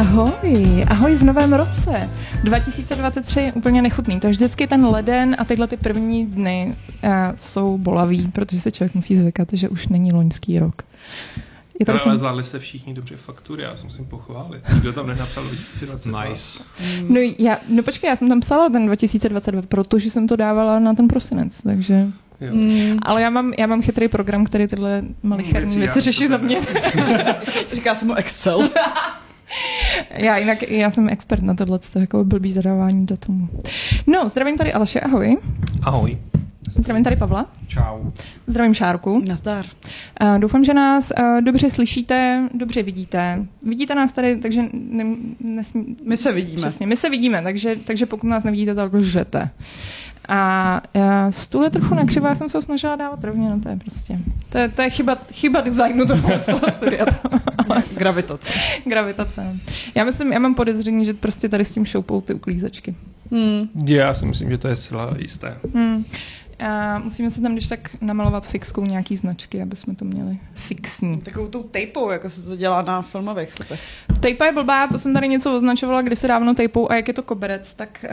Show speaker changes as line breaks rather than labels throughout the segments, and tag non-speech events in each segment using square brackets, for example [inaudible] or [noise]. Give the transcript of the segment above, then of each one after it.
ahoj, ahoj v novém roce. 2023 je úplně nechutný, to je vždycky ten leden a tyhle ty první dny uh, jsou bolavý, protože se člověk musí zvykat, že už není loňský rok.
Je tady jsem... zvládli jste všichni dobře faktury, já se musím pochválit. Nikdo tam nenapsal 2022.
Nice.
No, já, no počkej, já jsem tam psala ten 2022, protože jsem to dávala na ten prosinec, takže...
Jo.
Hmm.
Mm. Ale já mám, já mám chytrý program, který tyhle malicherní
Hmm, Věci já
věci řeší
to
za
teda-
mě. [laughs]
Říká se mu Excel.
Já jinak, já jsem expert na tohle, to jako blbý zadávání datumů. No, zdravím tady Aleše, ahoj.
Ahoj.
Zdravím tady Pavla.
Čau.
Zdravím Šárku.
Nazdar.
Eh, Doufám, že nás eh, dobře slyšíte, dobře vidíte. Vidíte nás tady, takže ne, nesmí,
My se vidíme.
Přesně, my se vidíme, takže, takže pokud nás nevidíte, tak lžete. A já stůl je trochu nakřivo, já jsem se ho snažila dávat rovně, no to je prostě, to je, to je chyba, chyba designu toho, z toho [laughs] studia.
Gravitace.
Gravitace. no. Já myslím, já mám podezření, že prostě tady s tím šoupou ty uklízečky.
Hmm.
Já si myslím, že to je zcela jisté.
Hmm. A musíme se tam když tak namalovat fixkou nějaký značky, aby jsme to měli fixní.
Hmm. Takovou tou tapou, jako se to dělá na filmových setech.
Tejpa je blbá, to jsem tady něco označovala kdysi dávno tejpou a jak je to koberec, tak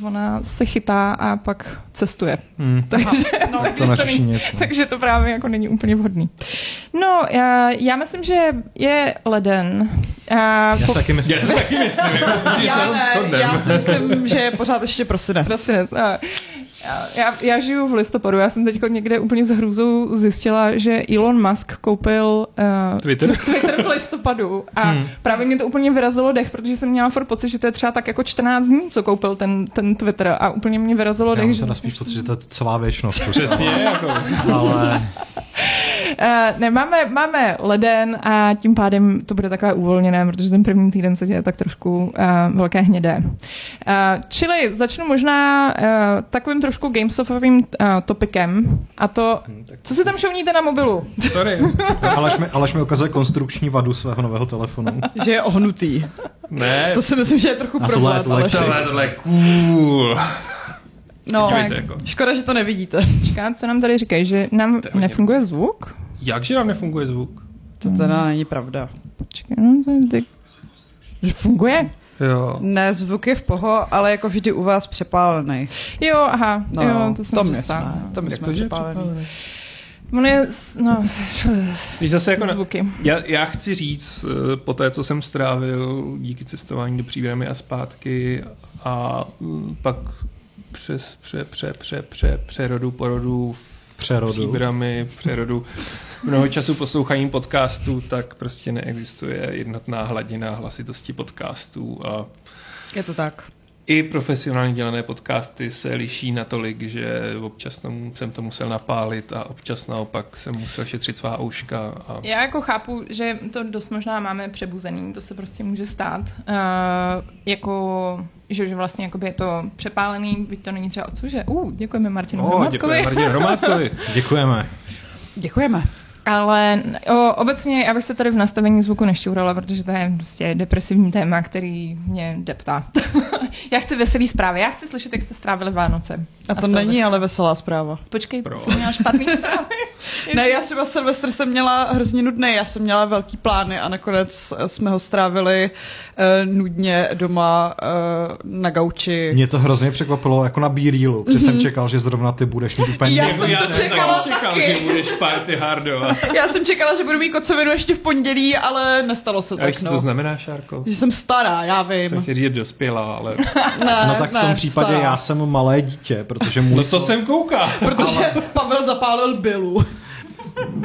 uh, ona se chytá a pak cestuje. [laughs]
Hmm.
Takže,
No,
To neřeší nic. no.
takže to právě jako není úplně vhodný. No, já, já myslím, že je leden. A
Já
[laughs]
si taky myslím.
Já si taky myslím. jako,
já, ne, já si myslím, že je pořád ještě prosinec.
Prosinec. A, já- já, já žiju v listopadu, já jsem teď někde úplně s hrůzou zjistila, že Elon Musk koupil uh,
Twitter?
Twitter v listopadu a hmm. právě mě to úplně vyrazilo dech, protože jsem měla furt pocit, že to je třeba tak jako 14 dní, co koupil ten, ten Twitter a úplně mě vyrazilo
Já
dech,
mám
že vlastně-
teda spíš pocit, že to je celá věčnost.
Přesně, jako.
Ale
Uh, ne, máme, máme leden a tím pádem to bude takové uvolněné, protože ten první týden se děje tak trošku uh, velké hnědé. Uh, čili začnu možná uh, takovým trošku gamesofovým uh, topikem a to, co si tam šouníte na mobilu?
Hm, Sorry.
Aleš mi, Aleš mi ukazuje konstrukční vadu svého nového telefonu.
Že je ohnutý.
Ne,
To si myslím, že je trochu
A tohle je
problém,
tohle-
Aleši.
tohle, tohle je cool.
No,
Dívejte, jako.
škoda, že to nevidíte.
Počká, co nám tady říkají, že nám
To je hodně.
nefunguje zvuk?
Jakže nám nefunguje zvuk?
To teda není pravda.
Počkej, no, tady... Že funguje?
Jo.
Ne, zvuk je v poho, ale jako vždy u vás přepálený.
Jo, aha,
No,
jo, to jsem
to my
přestála.
jsme, to my
Jak
jsme
to, že
přepálený.
Ono je, s- no,
Když zase [laughs] jako na,
zvuky.
já, já chci říct, eh, po té, co jsem strávil díky cestování do příbramy a zpátky a mm, pak přes pře, pře, pře, pře, přerodu, porodu, v
Přerodu.
příbramy, přerodu, mnoho času poslouchání podcastů, tak prostě neexistuje jednotná hladina hlasitosti podcastů a
Je to tak.
i profesionálně dělané podcasty se liší natolik, že občas tam, jsem to musel napálit a občas naopak jsem musel šetřit svá ouška. A...
Já jako chápu, že to dost možná máme přebuzený, to se prostě může stát. Uh, jako, že, že vlastně jakoby je to přepálený, byť to není třeba odsuže. Uh, děkujeme Martinu oh,
O, děkuji Martinu Hromádkovi.
Děkujeme.
Děkujeme.
[laughs] Ale o, obecně já bych se tady v nastavení zvuku nešťourala, protože to je prostě depresivní téma, který mě deptá. [laughs] já chci veselý zprávy, já chci slyšet, jak jste strávili Vánoce.
A to
Silvestra.
není ale veselá zpráva.
Počkej,
Proč?
jsem měla
[laughs]
špatný zprávy.
Ne, já třeba Silvestr jsem měla hrozně nudný, já jsem měla velký plány a nakonec eh, jsme ho strávili eh, nudně doma eh, na gauči.
Mě to hrozně překvapilo, jako na B-reelu, protože jsem čekal, že zrovna ty budeš mít úplně...
Já jsem to čekala
čekal,
taky.
že budeš party hardovat.
Já jsem čekala, že budu mít kocovinu ještě v pondělí, ale nestalo se
A jak
tak,
to
no.
znamená, Šárko?
Že jsem stará, já
Jsem
vím.
chtěl říct, že dospělá, ale...
Ne,
No tak v tom
ne,
případě
stará.
já jsem malé dítě, protože můj...
No co jsem kouká?
Protože Pavel zapálil bylu.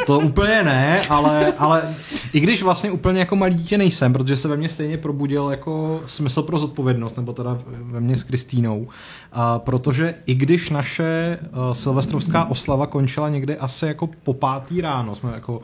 To úplně ne, ale, ale i když vlastně úplně jako malý dítě nejsem, protože se ve mně stejně probudil jako smysl pro zodpovědnost, nebo teda ve mně s Kristýnou, a protože i když naše uh, silvestrovská oslava končila někde asi jako po pátý ráno, jsme jako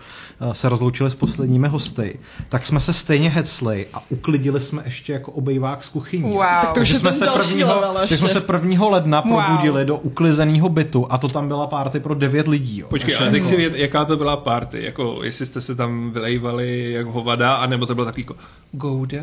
uh, se rozloučili s posledními hosty, tak jsme se stejně hecli a uklidili jsme ještě jako obejvák z kuchyní.
Wow. Tak to
už
Takže
je
jsme,
ten
se
další
prvního,
level ještě.
takže jsme se 1. ledna
Wow.
probudili do uklizeného bytu a to tam byla párty pro devět lidí. Jo.
Počkej,
Takže
ale teď
jako-
si vědět, jaká to byla party, jako jestli jste se tam vylejvali jak hovada, anebo to bylo takový jako Gouda?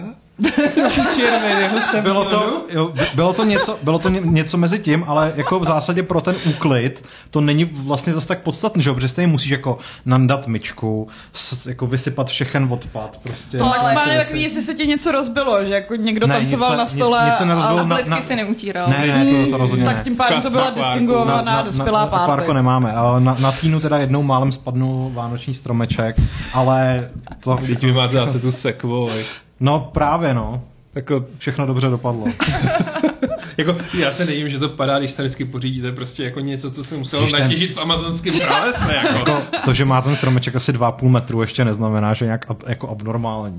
Červen, jeho se
Bylo to, jo, by- bylo to, něco, bylo to ně, něco mezi tím, ale jako v zásadě pro ten úklid to není vlastně zas tak podstatné, že jo? Protože stejně musíš jako nandat myčku, s, jako vysypat všechen odpad. Prostě
To maximálně
Věci.
takový, jestli se ti něco rozbilo, že jako někdo
Ne,
tancoval
nic se-
na
nic-
stole.
nic se nerozbilo,
a-
na-
Pletky si neutíral.
Ne, ne, to, to rozhodně
tak
ne.
tím pádem to byla
Kvárku.
distingovaná dospělá
na,
párty.
Klárko nemáme, ale na, na týnu teda jednou málem spadnul vánoční stromeček, ale to...
Teď vy máte zase tu sekvo. vej.
No právě no,
Jako,
všechno dobře dopadlo.
jako, já se nejím, že to padá, když se vždycky pořídíte prostě jako něco, co se muselo
Když ten-
natěžit v amazonském pralese. [laughs] Jako.
To, to, že má ten stromeček asi 2,5 metru, ještě neznamená, že je nějak ab, jako abnormální.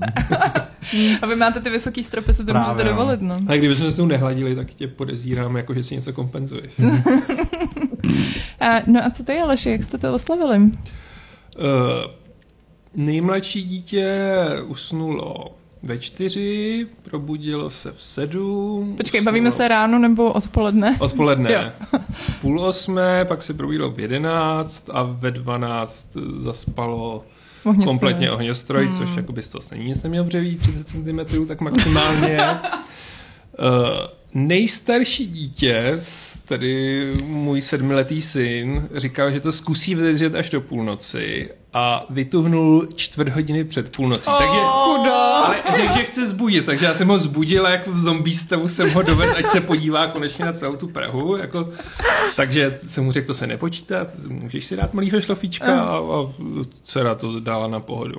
A vy máte ty vysoký stropy, se to
Právě,
můžete
no.
dovolit, no.
A kdybychom se tu nehladili, tak tě podezírám, jako že si něco kompenzuješ.
A, no a co to je, Aleši, jak jste to oslavili?
Eh, nejmladší dítě usnulo ve čtyři, probudilo se v sedm.
Počkej,
usnulo
bavíme se ráno nebo odpoledne?
Odpoledne. V [laughs] půl osmé, pak se probudilo v jedenáct a ve dvanáct zaspalo
Ohně
kompletně
vstane.
ohňostroj, hmm. což jako by to není nic neměl břeví, 30 cm, tak maximálně.
[laughs]
Eh, nejstarší dítě, tedy můj sedmiletý syn, říkal, že to zkusí vydržet až do půlnoci a vytuhnul čtvrt hodiny před půlnocí. Oh. Tak je
Chudo.
ale řekl, že chce zbudit, takže já jsem ho zbudil a jako v zombie stavu jsem ho dovedl, ať se podívá konečně na celou tu Prahu. Jako, takže jsem mu řekl, to se nepočítá, můžeš si dát malýho šlofíčka a, a dcera to dala na pohodu.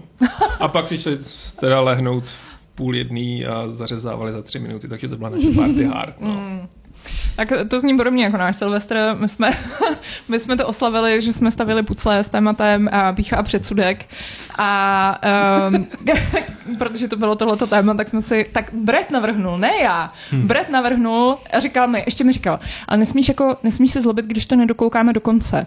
A pak si šli teda lehnout v půl jedný a zařezávali za tři minuty, takže to byla naše party hard.
Mm,
No.
Tak to zní podobně jako náš Silvestr. My jsme, my jsme to oslavili, že jsme stavili pucle s tématem a pícha a předsudek. A um, [laughs] protože to bylo tohleto téma, tak jsme si... Tak Brett navrhnul, ne já. Hmm. Brett navrhnul a říkal mi, ještě mi říkal, ale nesmíš, jako, nesmíš se zlobit, když to nedokoukáme do konce.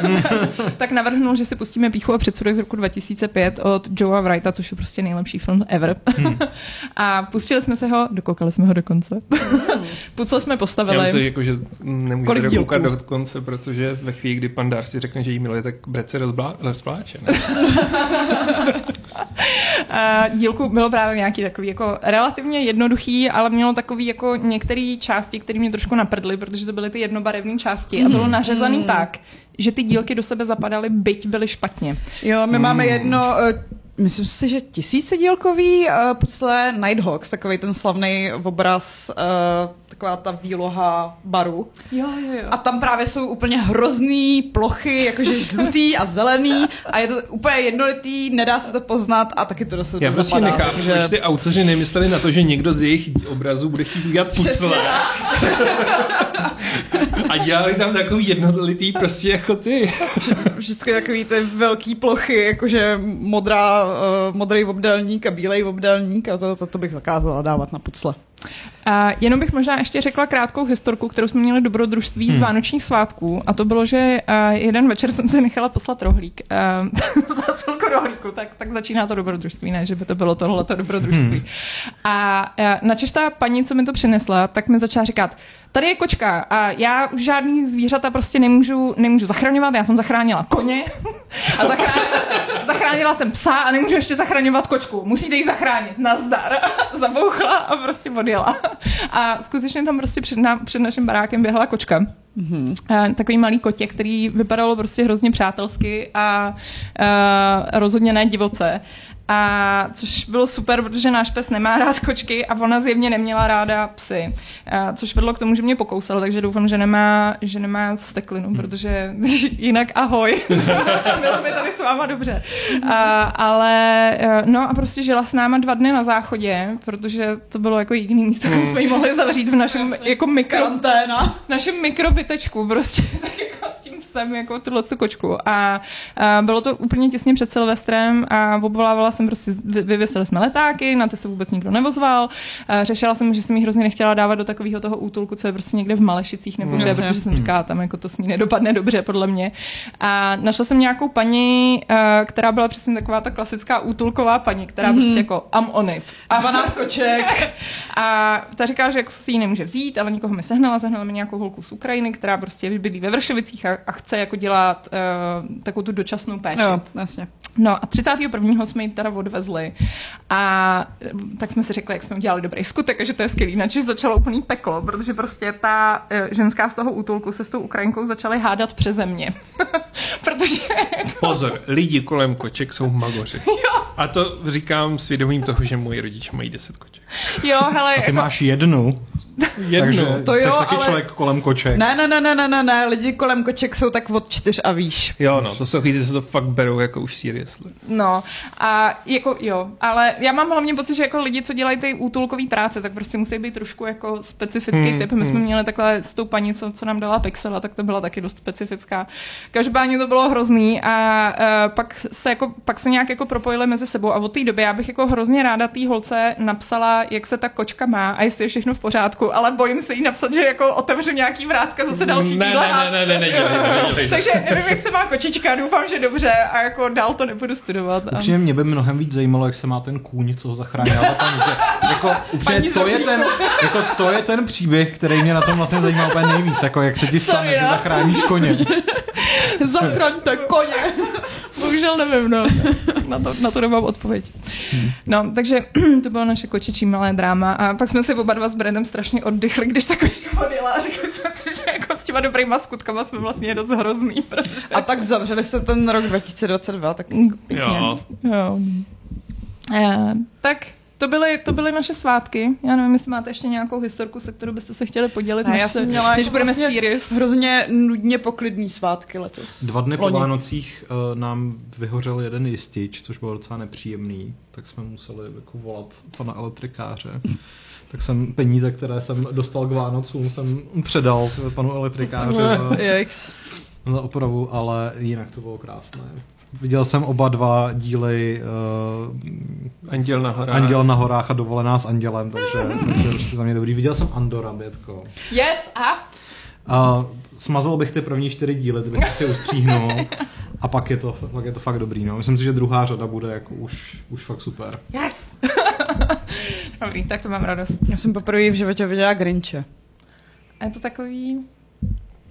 Hmm.
[laughs] tak navrhnul, že si pustíme Píchu a předsudek z roku 2005 od Joea Wrighta, což je prostě nejlepší film ever.
Hmm.
[laughs] a pustili jsme se ho, dokoukali jsme ho do konce. [laughs] Pucle jsme postavili.
Hmm. Já myslím, jako, že nemůžete
Kolik dílků?
dokoukat do konce, protože ve chvíli, kdy pan Dar si řekne, že jí miluje, tak Brett se rozblá, rozpláče. Ne?
A dílku bylo právě nějaký takový jako relativně jednoduchý, ale mělo takový jako některé části, které mě trošku naprdly, protože to byly ty jednobarevné části a bylo nařezaný tak, že ty dílky do sebe zapadaly, byť byly špatně.
Jo, my
Hmm.
máme jedno, eh, myslím si, že tisícidílkový eh, pucle Nighthawks, takový ten slavný obraz, eh, taková ta výloha baru.
Jo, jo, jo.
A tam právě jsou úplně hrozný plochy, jakože žlutý a zelený a je to úplně jednolitý, nedá se to poznat a taky to do sebe
Já prostě
zapadá.
nechápu,
takže-
proč ty autoři nemysleli na to, že někdo z jejich obrazů bude chtít udělat
Přesně
pucle. A dělali tam takový jednotlitý prostě jako ty.
Vždycky takový ty velký plochy, jakože modrá, eh, modrý obdelník a bílej obdelník a to, to, to bych zakázala dávat na pucle.
A jenom bych možná ještě řekla krátkou historku, kterou jsme měli dobrodružství z Vánočních svátků. A to bylo, že a, jeden večer jsem si nechala poslat rohlík. [laughs] Ehm, Zásilku rohlíku, tak, tak začíná to dobrodružství, ne, že by to bylo tohleto dobrodružství. A e, načeštá paní, co mi to přinesla, tak mi začala říkat, tady je kočka a já už žádný zvířata prostě nemůžu, nemůžu zachraňovat, já jsem zachránila koně a zachránila, zachránila jsem psa a nemůžu ještě zachraňovat kočku, musíte ji zachránit, nazdar. [laughs] Zabouchla a prostě odjela. A skutečně tam prostě před, nám, před naším barákem běhala kočka. Mm-hmm. Takový malý kotě, který vypadalo prostě hrozně přátelsky a eh, rozhodně ne divoce. A což bylo super, protože náš pes nemá rád kočky a ona zjevně neměla ráda psy. A což vedlo k tomu, že mě pokousal, takže doufám, že nemá, že nemá steklinu, protože [laughs] jinak ahoj. [laughs] bylo mi tady s váma dobře. A, ale eh, no a prostě žila s náma dva dny na záchodě, protože to bylo jako jediný místo, kam jsme ji mohli zavřít v našem
Krásný.
jako mikro,
Karanténa.
našem mikrobytečku prostě [laughs] tak jako s tím psem, jako tuhle tu kočku. A, a bylo to úplně těsně před Silvestrem a obvolávala jsem prostě, vy- vyvěsili jsme letáky, na ty se vůbec nikdo nevozval. A řešila jsem, že jsem ji hrozně nechtěla dávat do takového toho útulku, co je prostě někde v Malešicích nebo kde,
Jasně.
protože jsem říkala, tam jako to s ní nedopadne dobře, podle mě. A našla jsem nějakou paní, eh, která byla přesně taková ta klasická útulková paní, která prostě jako I'm on it. A
12 koček.
a ta říká, že jako si ji nemůže vzít, ale nikoho mi sehnala, sehnala mi nějakou holku z Ukrajiny, která prostě bydlí ve Vršovicích a, a chce jako dělat uh, takovou tu dočasnou péči.
Jo, jasně.
No a 31. jsme ji teda odvezli a eh, tak jsme si řekli, jak jsme udělali dobrý skutek a že to je skvělý, načež začalo úplný peklo, protože prostě ta eh, ženská z toho útulku se s tou Ukrajinkou začaly hádat přeze mě. [laughs] protože
Pozor, lidi kolem koček jsou magoři. A to říkám svědomím toho, že moji rodiče mají 10 koček.
jo, hele,
A ty
jako-
máš jednu,
Jednu.
takže
To
jsi
jo,
taky
ale-
člověk kolem koček.
Ne, ne, ne, ne, ne, ne, ne, lidi kolem koček jsou tak od čtyř a výš.
Jo, no, to jsou lidi, co se to fakt berou jako už seriously.
No, a jako jo, ale já mám hlavně pocit, že jako lidi, co dělají ty útulkové práce, tak prostě musí být trošku jako specifický
Hmm,
typ. My jsme
hmm.
měli takhle s tou paní, co, co nám dala pixela, tak to byla taky dost specifická. Každopádně to bylo hrozný a uh, pak, se jako, pak se nějak jako propojili mezi sebou a od té doby já bych jako hrozně ráda té holce napsala, jak se ta kočka má a jestli je všechno v pořádku, ale bojím se jí napsat, že jako otevřu nějaký vrátka zase další
ne,
týhle
ne, ne, ne, ne, ne, ne, ne,
[laughs]
ne,
takže nevím, jak se má kočička, doufám, že dobře a jako dál to nebudu studovat. A...
Upřímně mě by mnohem víc zajímalo, jak se má ten kůň, co ho zachránila ta paní. Že, jako, upřímně,
Paní
to je, ten, jako, to je ten příběh, který mě na tom vlastně zajímal úplně nejvíc. Jako, jak se ti
Sorry,
stane, že
já.
zachráníš koně.
[laughs] Zachraňte koně! [laughs] Bohužel nevím, no. Na to, na to nemám odpověď. No, takže [clears throat] to bylo naše kočičí malé dráma a pak jsme si oba dva s Brandem strašně oddychli, když ta kočička odjela a řekli jsme si, že jako s těma dobrýma skutkama jsme vlastně dost hrozný, protože...
A tak zavřeli se ten rok 2022, tak
Pěkně.
Jo.
jo. Eh, tak to byly, to byly naše svátky. Já nevím, jestli máte ještě nějakou historku, se kterou byste se chtěli podělit,
Ne,
než,
já
se,
jsem měla
než
jako
budeme
vlastně
serious.
hrozně nudně poklidný svátky letos.
Dva dny po
Loni.
Vánocích uh, nám vyhořel jeden jistič, což bylo docela nepříjemný, tak jsme museli jako volat pana elektrikáře. Tak jsem peníze, které jsem dostal k Vánocům, jsem předal panu elektrikáři za,
Jex.
za opravu, ale jinak to bylo krásné. Viděl jsem oba dva díly
Anděl na
uh,
horách.
Anděl na horách a dovolená s Andělem, takže, takže určitě za mě dobrý. Viděl jsem Andora, Bětko.
Yes, a?
A smazal bych ty první čtyři díly, ty bych si ustříhnul. A pak je, to, pak je to fakt dobrý, no. Myslím si, že druhá řada bude jako už, už fakt super.
Yes! [laughs] Dobrý, tak to mám radost.
Já jsem poprvé v životě viděla Grinche.
A je to takový...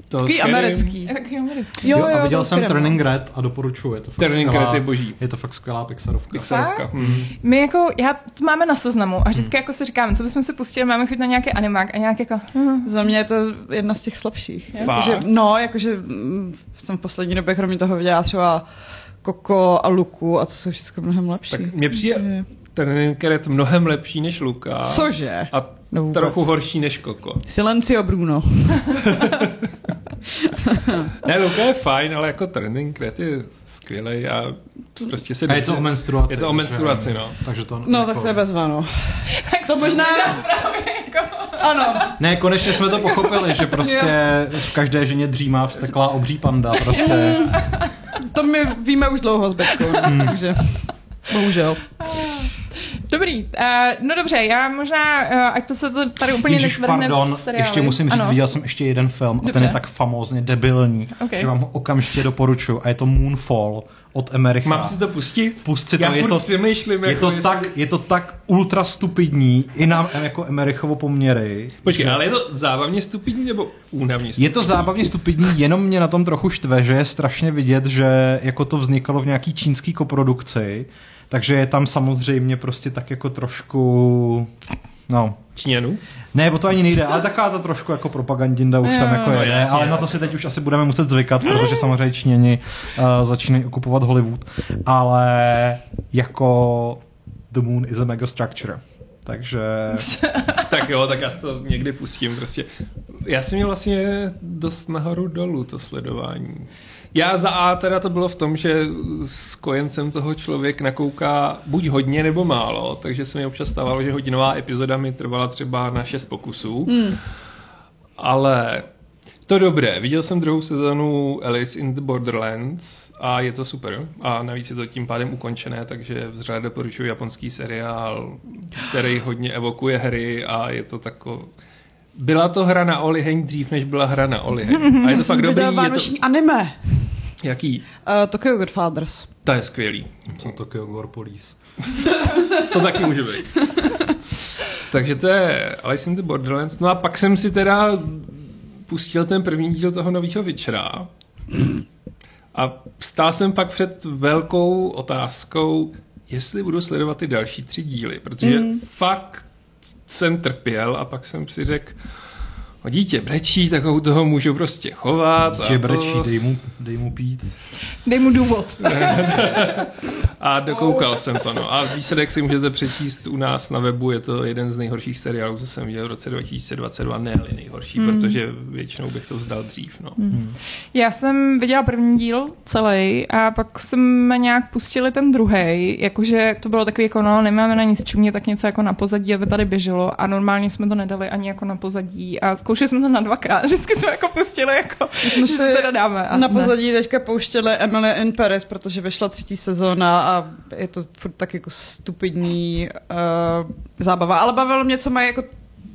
To
Takový
skvělý.
americký.
Takový americký.
Jo,
a
jo,
viděl
to
jsem
určitě
Turning Red a doporučuji, je to fakt
Turning
skvělá,
Red je boží.
Je to fakt skvělá Pixarovka.
Pixarovka. Mhm.
My jako, já to máme na seznamu a
Hmm.
vždycky jako si říkáme, co bychom si pustili, máme chuť na nějaký animák a nějak jako... hm.
Za mě je to jedna z těch slabších.
Fakt?
Jakože, no, jakože mm, jsem v poslední době kromě toho viděla třeba Koko a Luku a to jsou všechno mnohem lepší.
Tak mně přijde ten Keret mnohem lepší než Luka.
Cože?
A
No vůbec.
trochu horší než Koko.
Silencio Bruno.
Ne, Luka je fajn, ale jako Turning Red je skvělej a prostě se
A je to o menstruaci.
Je to o menstruaci, no.
Takže to,
No,
jako-
tak to je bezvano. [laughs] Tak
[laughs]
to možná...
Jako,
Ano.
Ne, konečně jsme to pochopili, že prostě v každé ženě dřímá vsteklá obří panda. Prostě.
[laughs] To my víme už dlouho s Betkou,
Hmm.
no, takže... Bohužel.
Dobrý, uh, no dobře, já možná, uh, ať to se to tady úplně
Ježíš,
nesvrhne
pardon,
v seriály.
ještě musím říct,
ano.
viděl jsem ještě jeden film a ten
Dobře.
je tak famózně debilní,
Ok.
že vám ho okamžitě doporučuji a je to Moonfall od Emericha.
Mám si to pustit?
Pust si to,
Já
je
furt
to,
přemýšlím,
je
jako
to,
jestli-
tak, je to tak ultra stupidní, i nám jako Emerichovo poměry.
Počkej,
že-
ale je to zábavně stupidní nebo únavně stupidní?
Je to zábavně stupidní, jenom mě na tom trochu štve, že je strašně vidět, že jako to vznikalo v nějaký čínský koprodukci, takže je tam samozřejmě prostě tak jako trošku, no,
Číňanů?
ne, o to ani nejde, ale taková ta trošku jako propagandinda už tam jako
No,
je, ne,
jasně.
ale na to si teď už asi budeme muset zvykat, protože samozřejmě Číňani uh, začínají okupovat Hollywood, ale jako the moon is a megastructure. Takže
[laughs] Tak jo, tak já si to někdy pustím prostě. Já jsem měl vlastně dost nahoru dolů to sledování. Já za A teda to bylo v tom, že s kojencem toho člověk nakouká buď hodně nebo málo, takže se mi občas stávalo, že hodinová epizoda mi trvala třeba na šest pokusů. Hmm. Ale to dobré. Viděl jsem druhou sezonu Alice in the Borderlands a je to super. A navíc je to tím pádem ukončené, takže vřele doporučuji japonský seriál, který hodně evokuje hry a je to tako... Byla to hra na oliheň dřív, než byla hra na oliheň. A je to fakt dobrý.
Viděla
Je to...
vánoční anime.
Jaký?
Uh, Tokyo Godfathers.
To je skvělý.
jsem Tokyo Gore Police.
[laughs] To taky může být. Takže to je Alice in the Borderlands. No a pak jsem si teda pustil ten první díl toho nového Witchera. A stál jsem pak před velkou otázkou, jestli budu sledovat ty další tři díly, protože mm. fakt jsem trpěl a pak jsem si řekl, o dítě brečí, tak ho u toho můžu prostě chovat.
Dítě
a
brečí,
to...
dej mu, dej mu pít.
Dej mu důvod.
A dokoukal jsem to, no. A výsledek si můžete přečíst u nás na webu, je to jeden z nejhorších seriálů, co jsem viděl v roce 2022, ne ale nejhorší, mm. protože většinou bych to vzdal dřív, no. Mm.
Já jsem viděla první díl celý a pak jsme nějak pustili ten druhý, jakože to bylo takový jako no, nemáme na nic čumě, tak něco jako na pozadí, aby tady běželo a normálně jsme to nedali ani jako na pozadí a zkoušeli jsme to na dvakrát, [laughs] vždycky jsme jako pustili jako,
jsme
že si
si
teda dáme. A
na
ne.
pozadí teďka pouštěli Emily in Paris, protože vyšla třetí sezóna a je to furt tak jako stupidní uh, zábava. Ale bavilo mě, co mají jako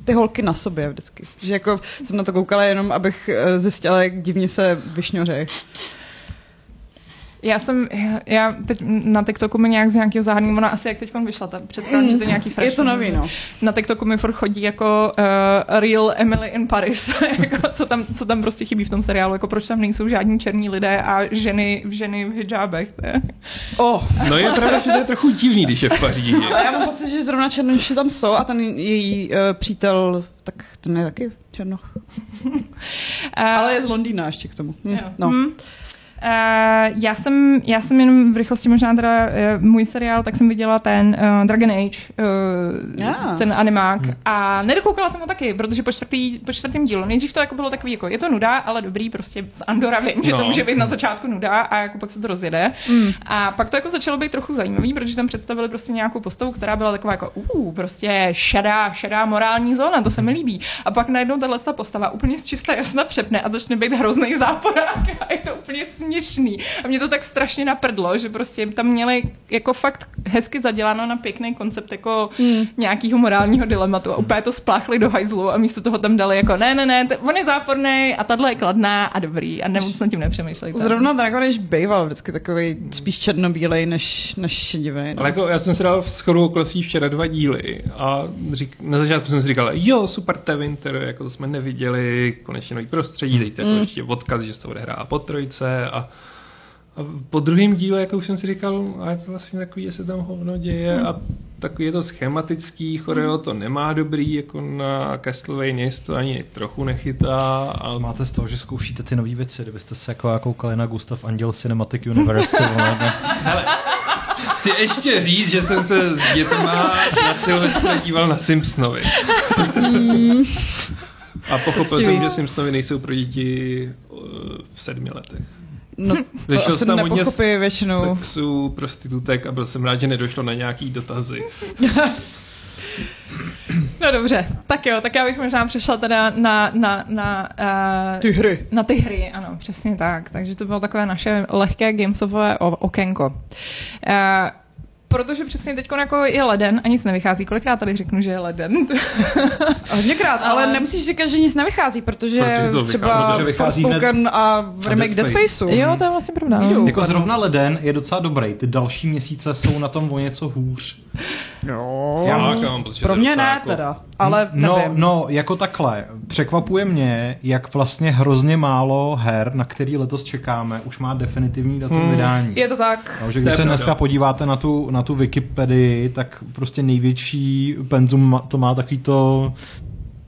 ty holky na sobě vždycky. Že jako jsem na to koukala jenom, abych eh, zjistila, jak divně se vyšňořejí.
Já jsem, já- já teď na TikToku mi nějak z nějakého záhadného, ona asi jak teď vyšla, ta předpokládám, že to je nějaký
Je
fresh
to nový, no.
Na TikToku mi furt chodí jako uh, real Emily in Paris, [laughs] jako, co, tam, co tam prostě chybí v tom seriálu, jako proč tam nejsou žádní černí lidé a ženy, ženy v hijabech. Eh, to je-
Oh,
No je pravda, že to je trochu divný, když je v Paříži.
ale já mám pocit, že zrovna černoši tam jsou a ten její uh, přítel, tak ten je taky černoch.
Eh,
Ale je z Londýna ještě k tomu. Hm.
Jo.
No.
Hmm. Uh, já, jsem, já jsem jenom v rychlosti možná teda uh, můj seriál, tak jsem viděla ten uh, Dragon Age, uh,
Já.
ten animák a nedokoukala jsem ho taky, protože po, čtvrtý, po čtvrtém dílu, nejdřív to jako bylo takový jako, je to nuda, ale dobrý, prostě z Andora vím, že to
No.
může být na začátku nuda a jako pak se to rozjede
Hmm.
a pak to jako začalo být trochu zajímavý, protože tam představili prostě nějakou postavu, která byla taková jako uh, prostě šedá, šedá morální zóna, to se mi líbí a pak najednou tahle ta postava úplně z čista jasna přepne a začne být hrozný záporák a je to úplně směšný. A mě to tak strašně naprdlo, že prostě tam měli jako fakt hezky zaděláno na pěkný koncept jako mm. nějakého morálního dilematu a úplně to spláchli do hajzlu a místo toho tam dali jako ne, ne, ne, t- on je záporný a tahle je kladná a dobrý a ne, moc nad tím nepřemýšlejte.
Zrovna Dragon Age býval vždycky takový spíš černobílej než, než šedivý. No.
Ale jako já jsem si dal v shodou okolností včera dva díly a řík, na začátku jsem si říkal, jo, super The Winter, jako to jsme neviděli, konečně nový prostředí, dejte jako ještě odkaz, že se to odehrává po trojce a, a po druhém díle, jako už jsem si říkal, a je to vlastně takový, že se tam hovno děje a takový je to schematický, choreo to nemá dobrý, jako na Castlevania se to ani trochu nechytá. A
Máte z toho, že zkoušíte ty nové věci, kdybyste se jako koukali na Gustav Angel Cinematic Universe. ty vole, ne?
Chci ještě říct, že jsem se s dětma na Silvestra díval na Simpsonovi. A pochopil jsem, že Simpsonovi nejsou pro děti eh, v sedmi letech.
no
[laughs]
to asi nepochopí většinou.
sexu, prostitutek a byl jsem rád, že nedošlo na nějaký dotazy.
No dobře, tak jo, tak já bych možná přešla teda na, na, na, uh,
Ty hry.
na ty hry, ano, přesně tak. Takže to bylo takové naše lehké gamesové o- okénko. Uh, protože přesně teď jako je leden a nic nevychází. Kolikrát tady řeknu, že je
[laughs]
leden?
Hodněkrát, ale,
Ale-
nemusíš říkat, že nic nevychází, protože,
Protože to vychází-
třeba
protože
vychází
Forspoken a remake
Dead
Dead
Space.
Spaceu.
[laughs] jo, to je vlastně pravda. no.
Jo.
jako zrovna leden je docela dobrý, ty další měsíce jsou na tom o něco hůř.
jo.
Já mám- já mám pocit, že
Pro
to
mě
docela
ne
jako-
teda, ale
No,
nevím.
no, jako takhle. Překvapuje mě, jak vlastně hrozně málo her, na který letos čekáme, už má definitivní datum hmm. vydání.
Je to tak.
Takže
To
No, když
je
se
pravda.
dneska podíváte na tu, na tu Wikipedii, tak prostě největší penzum ma- to má takový to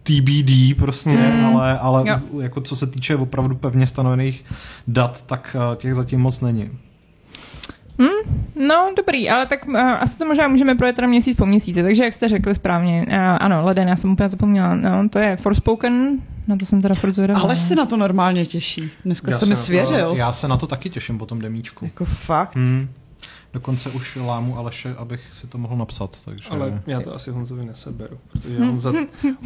TBD prostě, hmm. ale, ale
Jo.
u- jako co se týče opravdu pevně stanovených dat, tak eh, těch zatím moc není.
No, dobrý, ale tak uh, asi to možná můžeme projet teda měsíc po měsíci, takže jak jste řekli správně, uh, ano, leden, já jsem úplně zapomněla, no, to je Forspoken, na to jsem teda furt zvědavá.
Aleš se na to normálně těší. Dneska
Já
se mi
se na to-
svěřil.
Eh, Já se na to taky těším po tom demíčku.
Jako fakt.
Hmm. Dokonce už lámu Aleše, abych si to mohl napsat. Takže...
Ale já to asi Honzovi neseberu, protože Honza,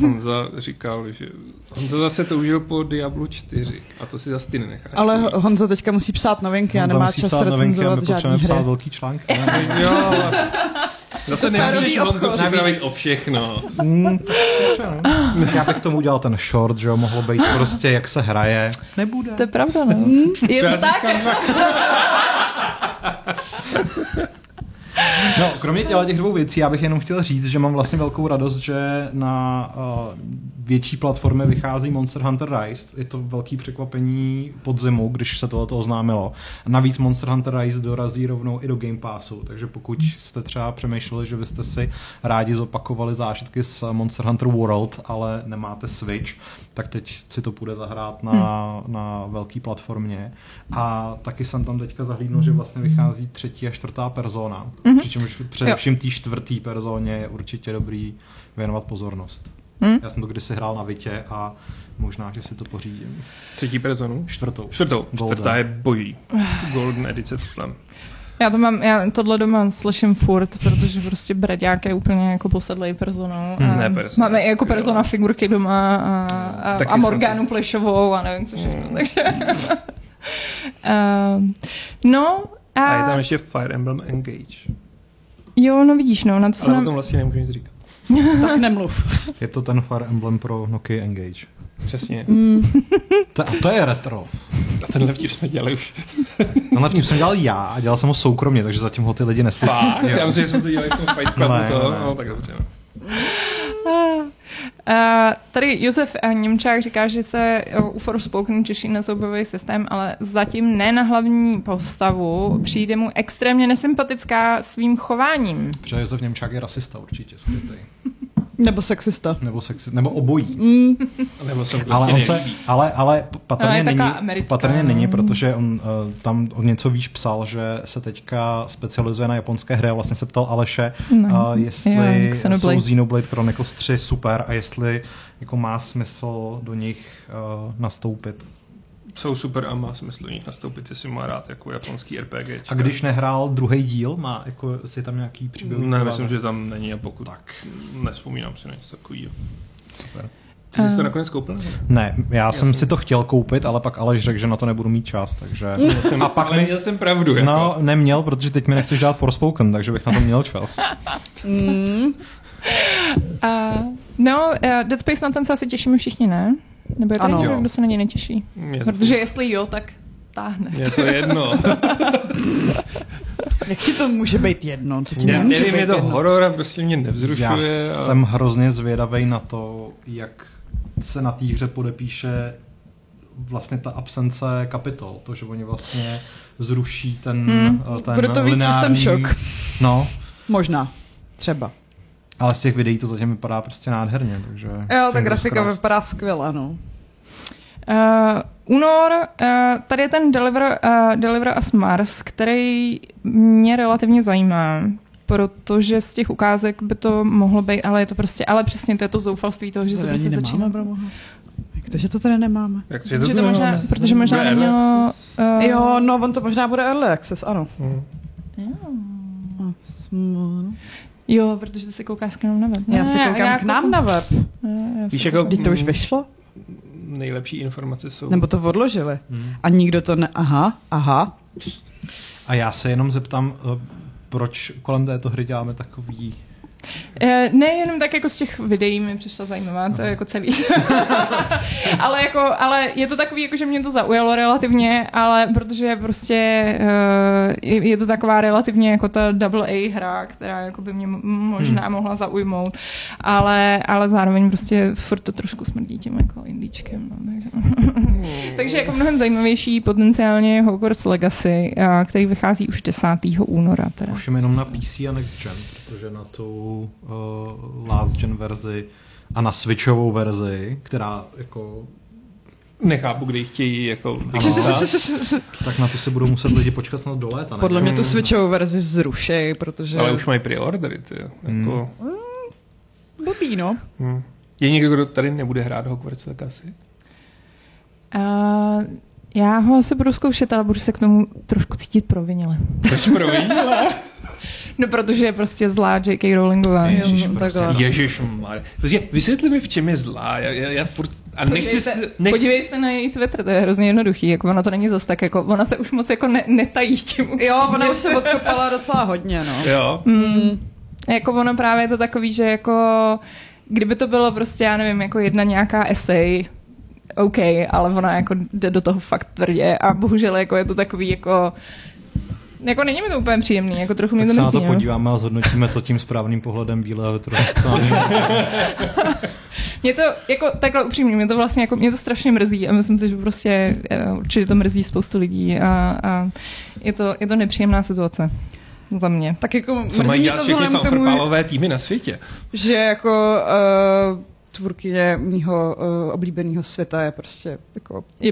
Honza říkal, že Honza zase toužil po Diablu 4 a to si zase ty nenecháš.
Ale Honza teďka musí psát novinky a
Honza
nemá
musí
čas
psát novinky a my
recenzovat žádný
potřebujeme psát
hry.
velký články. ne?
[laughs]
Jo, ale- zase nemůžeš
férový
Honzu
obchod.
připravit o všechno.
Hmm, tak dobře, no. [laughs] Já bych tomu udělal ten short, že jo, mohlo být prostě, jak se hraje. Nebude.
To je pravda, no.
Mhm.
Je to tak?
No, kromě těla těch dvou věcí, já bych jenom chtěl říct, že mám vlastně velkou radost, že na uh, větší platformy vychází Monster Hunter Rise. Je to velký překvapení podzimu, když se tohle oznámilo. A navíc Monster Hunter Rise dorazí rovnou i do Game Passu, takže pokud jste třeba přemýšleli, že byste si rádi zopakovali zážitky z Monster Hunter World, ale nemáte Switch, tak teď si to půjde zahrát na,
Hm.
hmm. na velké platformě. A taky jsem tam teďka zahlídnul, že vlastně vychází třetí a čtvrtá persona.
Mhm.
Mm-hmm. Přičemž především té čtvrtý personě je určitě dobrý věnovat pozornost.
Mhm.
Hm?
Hmm? Já jsem to kdysi hrál na Vitě a možná, že si to pořídím.
Třetí personu?
Čtvrtou.
Čtvrtou.
Golden.
Čtvrtá je bojí. Golden edice Slam.
Já to mám, já tohle doma slyším furt, protože prostě Braďák je úplně jako posedlej personou. A
Ne, persona,
máme i jako
skvělá. No,
persona figurky doma a, a,
Taky
a
jsem
Morgánu
si-
Plešovou a nevím co
Hmm.
všechno. Takže... Ehm, no a,
A je tam ještě Fire Emblem Engage.
jo, no vidíš, no, na to se
Ale o
nám...
tom vlastně nemůžu nic říkat.
Tak nemluv.
Je to ten Fire Emblem pro Nokia Engage.
Přesně.
To, a to je retro.
A tenhle vtip jsme dělali už.
Tenhle vtip jsem dělal já a dělal jsem ho soukromně, takže zatím ho
[laughs]
ty lidi neslyší.
Fakt? Já myslím, že jsme to dělali v tom Fight Clubu.
Ne,
to.
ne, ne.
No, tak dobře. no.
A tady Josef eh, Němčák říká, že se eh, u Forspoken těší na soubojový systém, ale zatím ne na hlavní postavu. Přijde mu extrémně nesympatická svým chováním.
Protože Josef Němčák je rasista určitě skrytý.
Nebo sexista.
Nebo sexi, nebo obojí.
Mm.
Nebo jsem prostě
Ale on se,
nelíbí.
ale, ale p-
No, je
patrně,
taková
není,
americká,
patrně
no.
není, protože on uh, tam o něco výš psal, že se teďka specializuje na japonské hry a vlastně se ptal Aleše,
No.
no. uh, jestli
Jo,
jo,
Xenoblade.
jsou Xenoblade Chronicles 3 super a jestli jako má smysl do nich uh, nastoupit.
Jsou super a má smysl do nich nastoupit, jestli má rád jako japonský RPG.
A když nehrál druhý díl, má jako, si tam nějaký příběh?
Ne, myslím, že tam není a pokud tak. Nespomínám si na něco takového. Super. Ty jsi to nakonec koupil? nebo ne?
Ne, já, jsem si to chtěl koupit, ale pak Aleš řekl, že na to nebudu mít čas, takže...
Měl Jsem, a pak ale
mi-
měl jsem pravdu. Jako.
No, neměl, protože teď mi nechceš dát Forspoken, takže bych na to měl čas.
Mm.
A, no, uh, Dead Space na ten se asi těšíme všichni, ne? Nebo je tady
Ano.
někdo,
Jo.
kdo se na něj netěší?
Mě to-
Protože jestli jo, tak táhne.
Mě to [laughs] jedno.
Jak ti to může být jedno? To ti
Ne,
nemůže
nevím,
být
je to
jedno.
horor a prostě mě
Já
nevzrušuje. a...
jsem hrozně zvědavý na to, jak se na té hře podepíše vlastně ta absence kapitol, to, že oni vlastně zruší ten,
Hmm,
eh, ten
bude to víc
lineární...
system šok.
No,
Možná. Třeba.
ale z těch videí to zatím vypadá prostě nádherně, takže...
Jo, ta
fingers
grafika
crossed.
vypadá skvěle, no.
Uh, Unor, uh, tady je ten Deliver, uh, Deliver Us Mars, který mě relativně zajímá, protože z těch ukázek by to mohlo být, ale je to prostě, ale přesně to je to zoufalství toho, že
To
se
tady
prostě
ani nemáme,
začíná.
proboha. Jak to, že to tady nemáme?
Jak to, že
Protože to
to bylo?
možná,
zase-
protože možná
Bude
nemělo... Uh,
Jo, no, on to možná bude early access, ano.
Hmm.
jo, protože ty se koukáš k nám na web.
Hmm. Já se koukám k nám na web.
Víš, jako
Kdy to už
mm,
vyšlo?
nejlepší informace jsou...
Nebo to odložili?
Hmm.
A nikdo to ne... Aha, aha.
A já se jenom zeptám, eh, proč kolem této hry děláme takový...
Eh, Ne, jenom tak jako z těch videí mi přišla zajímavá, to je jako celý. [laughs] ale, jako, ale je to takový, jako, že mě to zaujalo relativně, ale protože prostě eh, je je to taková relativně jako ta double A hra, která jako by mě m- možná mohla zaujmout, ale, ale zároveň prostě furt to trošku smrdí tím jako indíčkem. No, takže. [laughs] takže jako mnohem zajímavější potenciálně Hogwarts Legacy, eh, který vychází už 10. února. Teda.
Ovšem jenom na PC a Next Gen, protože na tu uh, Last Gen verzi a na Switchovou verzi, která jako
Nechápu, kde jich chtějí jako...
[laughs]
Tak na to si budou muset lidi počkat snad do léta, ne? Hmm.
Podle mě tu switchovou verzi zrušej, protože...
Hmm. Ale už mají preordery, ty. jo. Jako...
Blbý, no.
Hmm. Je někdo, kdo tady nebude hrát Hogwarts Legacy?
Uh, já ho asi budu zkoušet, ale budu se k tomu trošku cítit provinile.
Proč providí? [laughs]
No, protože je prostě zlá J.K. Rowlingová.
Jo,
Ježiš,
no,
prostě.
takhle.
Ježíš Prostě vysvětli mi, v čem je zlá. Já, já, já furt... A nechci...
Podívej se,
nechci...
podívej se na její Twitter, to je hrozně jednoduchý, jako ona to není zas tak, jako ona se už moc jako ne, netají tím už.
[laughs] Jo, ona už se odkopala docela hodně, no.
Jo.
[laughs] Mm, jako ono právě je to takový, že jako, kdyby to bylo prostě, já nevím, jako jedna nějaká esej, OK, ale ona jako jde do toho fakt tvrdě a bohužel jako je to takový jako Jako není mi to úplně příjemný, jako trochu mi
Tak
to
se na
mrzí.
to
no.
podíváme a zhodnotíme to tím správným pohledem bílého
[laughs]
trošku.
Mě to, jako takhle upřímně, mě to vlastně jako, mě to strašně mrzí a myslím si, že prostě eh, určitě to mrzí spoustu lidí a, a je, to, je to nepříjemná situace za mě.
Tak jako
Co
mrzí
mají
mě to
dělat všechny
vzhledem k tomu,
fanfrpálové týmy na světě?
že jako uh, tvůrkyně mýho uh, oblíbeného světa je prostě jako
Je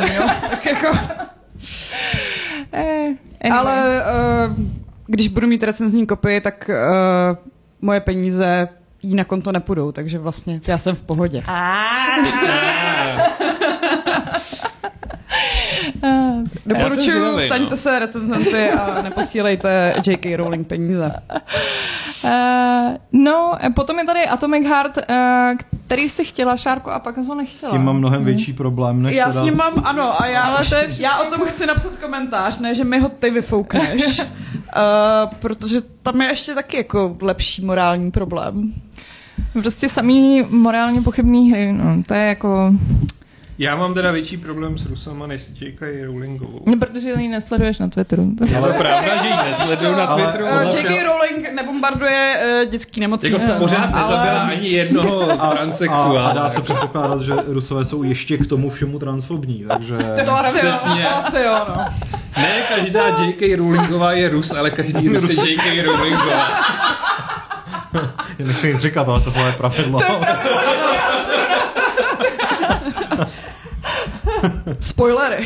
[laughs]
jo? tak jako,
Eh, anyway. Ale...
ale uh, když budu mít recenzní kopii, tak uh, moje peníze jí na konto nepůjdou, takže vlastně já jsem v pohodě.
Já jsem
Doporučuji,
zvědavý, no.
staňte se recenzenty a neposílejte J.K. Rowling peníze.
Uh, no, eh, potom je tady Atomic Heart, uh, který jsi chtěla, Šárko, a pak jsem ho nechtěla.
S tím mám mnohem větší problém, než
Hmm. Já
teda...
s ním mám, ano, a já,
Ale to je jako-
já o tom chci napsat komentář, ne, že mi ho ty
[laughs]
vyfoukneš, uh, protože tam je ještě taky jako lepší morální problém.
Prostě samý morálně pochybný hry, no, to je jako...
Já mám teda větší problém s Rusama než s J.K. Rowlingovou.
No, protože ji nesleduješ na [laughs] Twitteru. To
Ale pravda, že ji nesleduju na
Ale-
Twitteru.
ale-
Uh, J.K. Rowling nebombarduje uh,
Jako
dětský nemocnice.
se pořád nezabila ani jednoho
A, a dá
transexuála.
se předpokládat, že Rusové jsou ještě k tomu všemu transfobní, takže...
[laughs] To asi jo,
Přesně.
to asi jo, no.
Ne, každá J.K. Rowlingová je Rus, ale každý Rus je J.K. Rowlingová.
Já [laughs] nechci nic říkat, ale tohle je pravidlo.
[laughs]
Spoilery.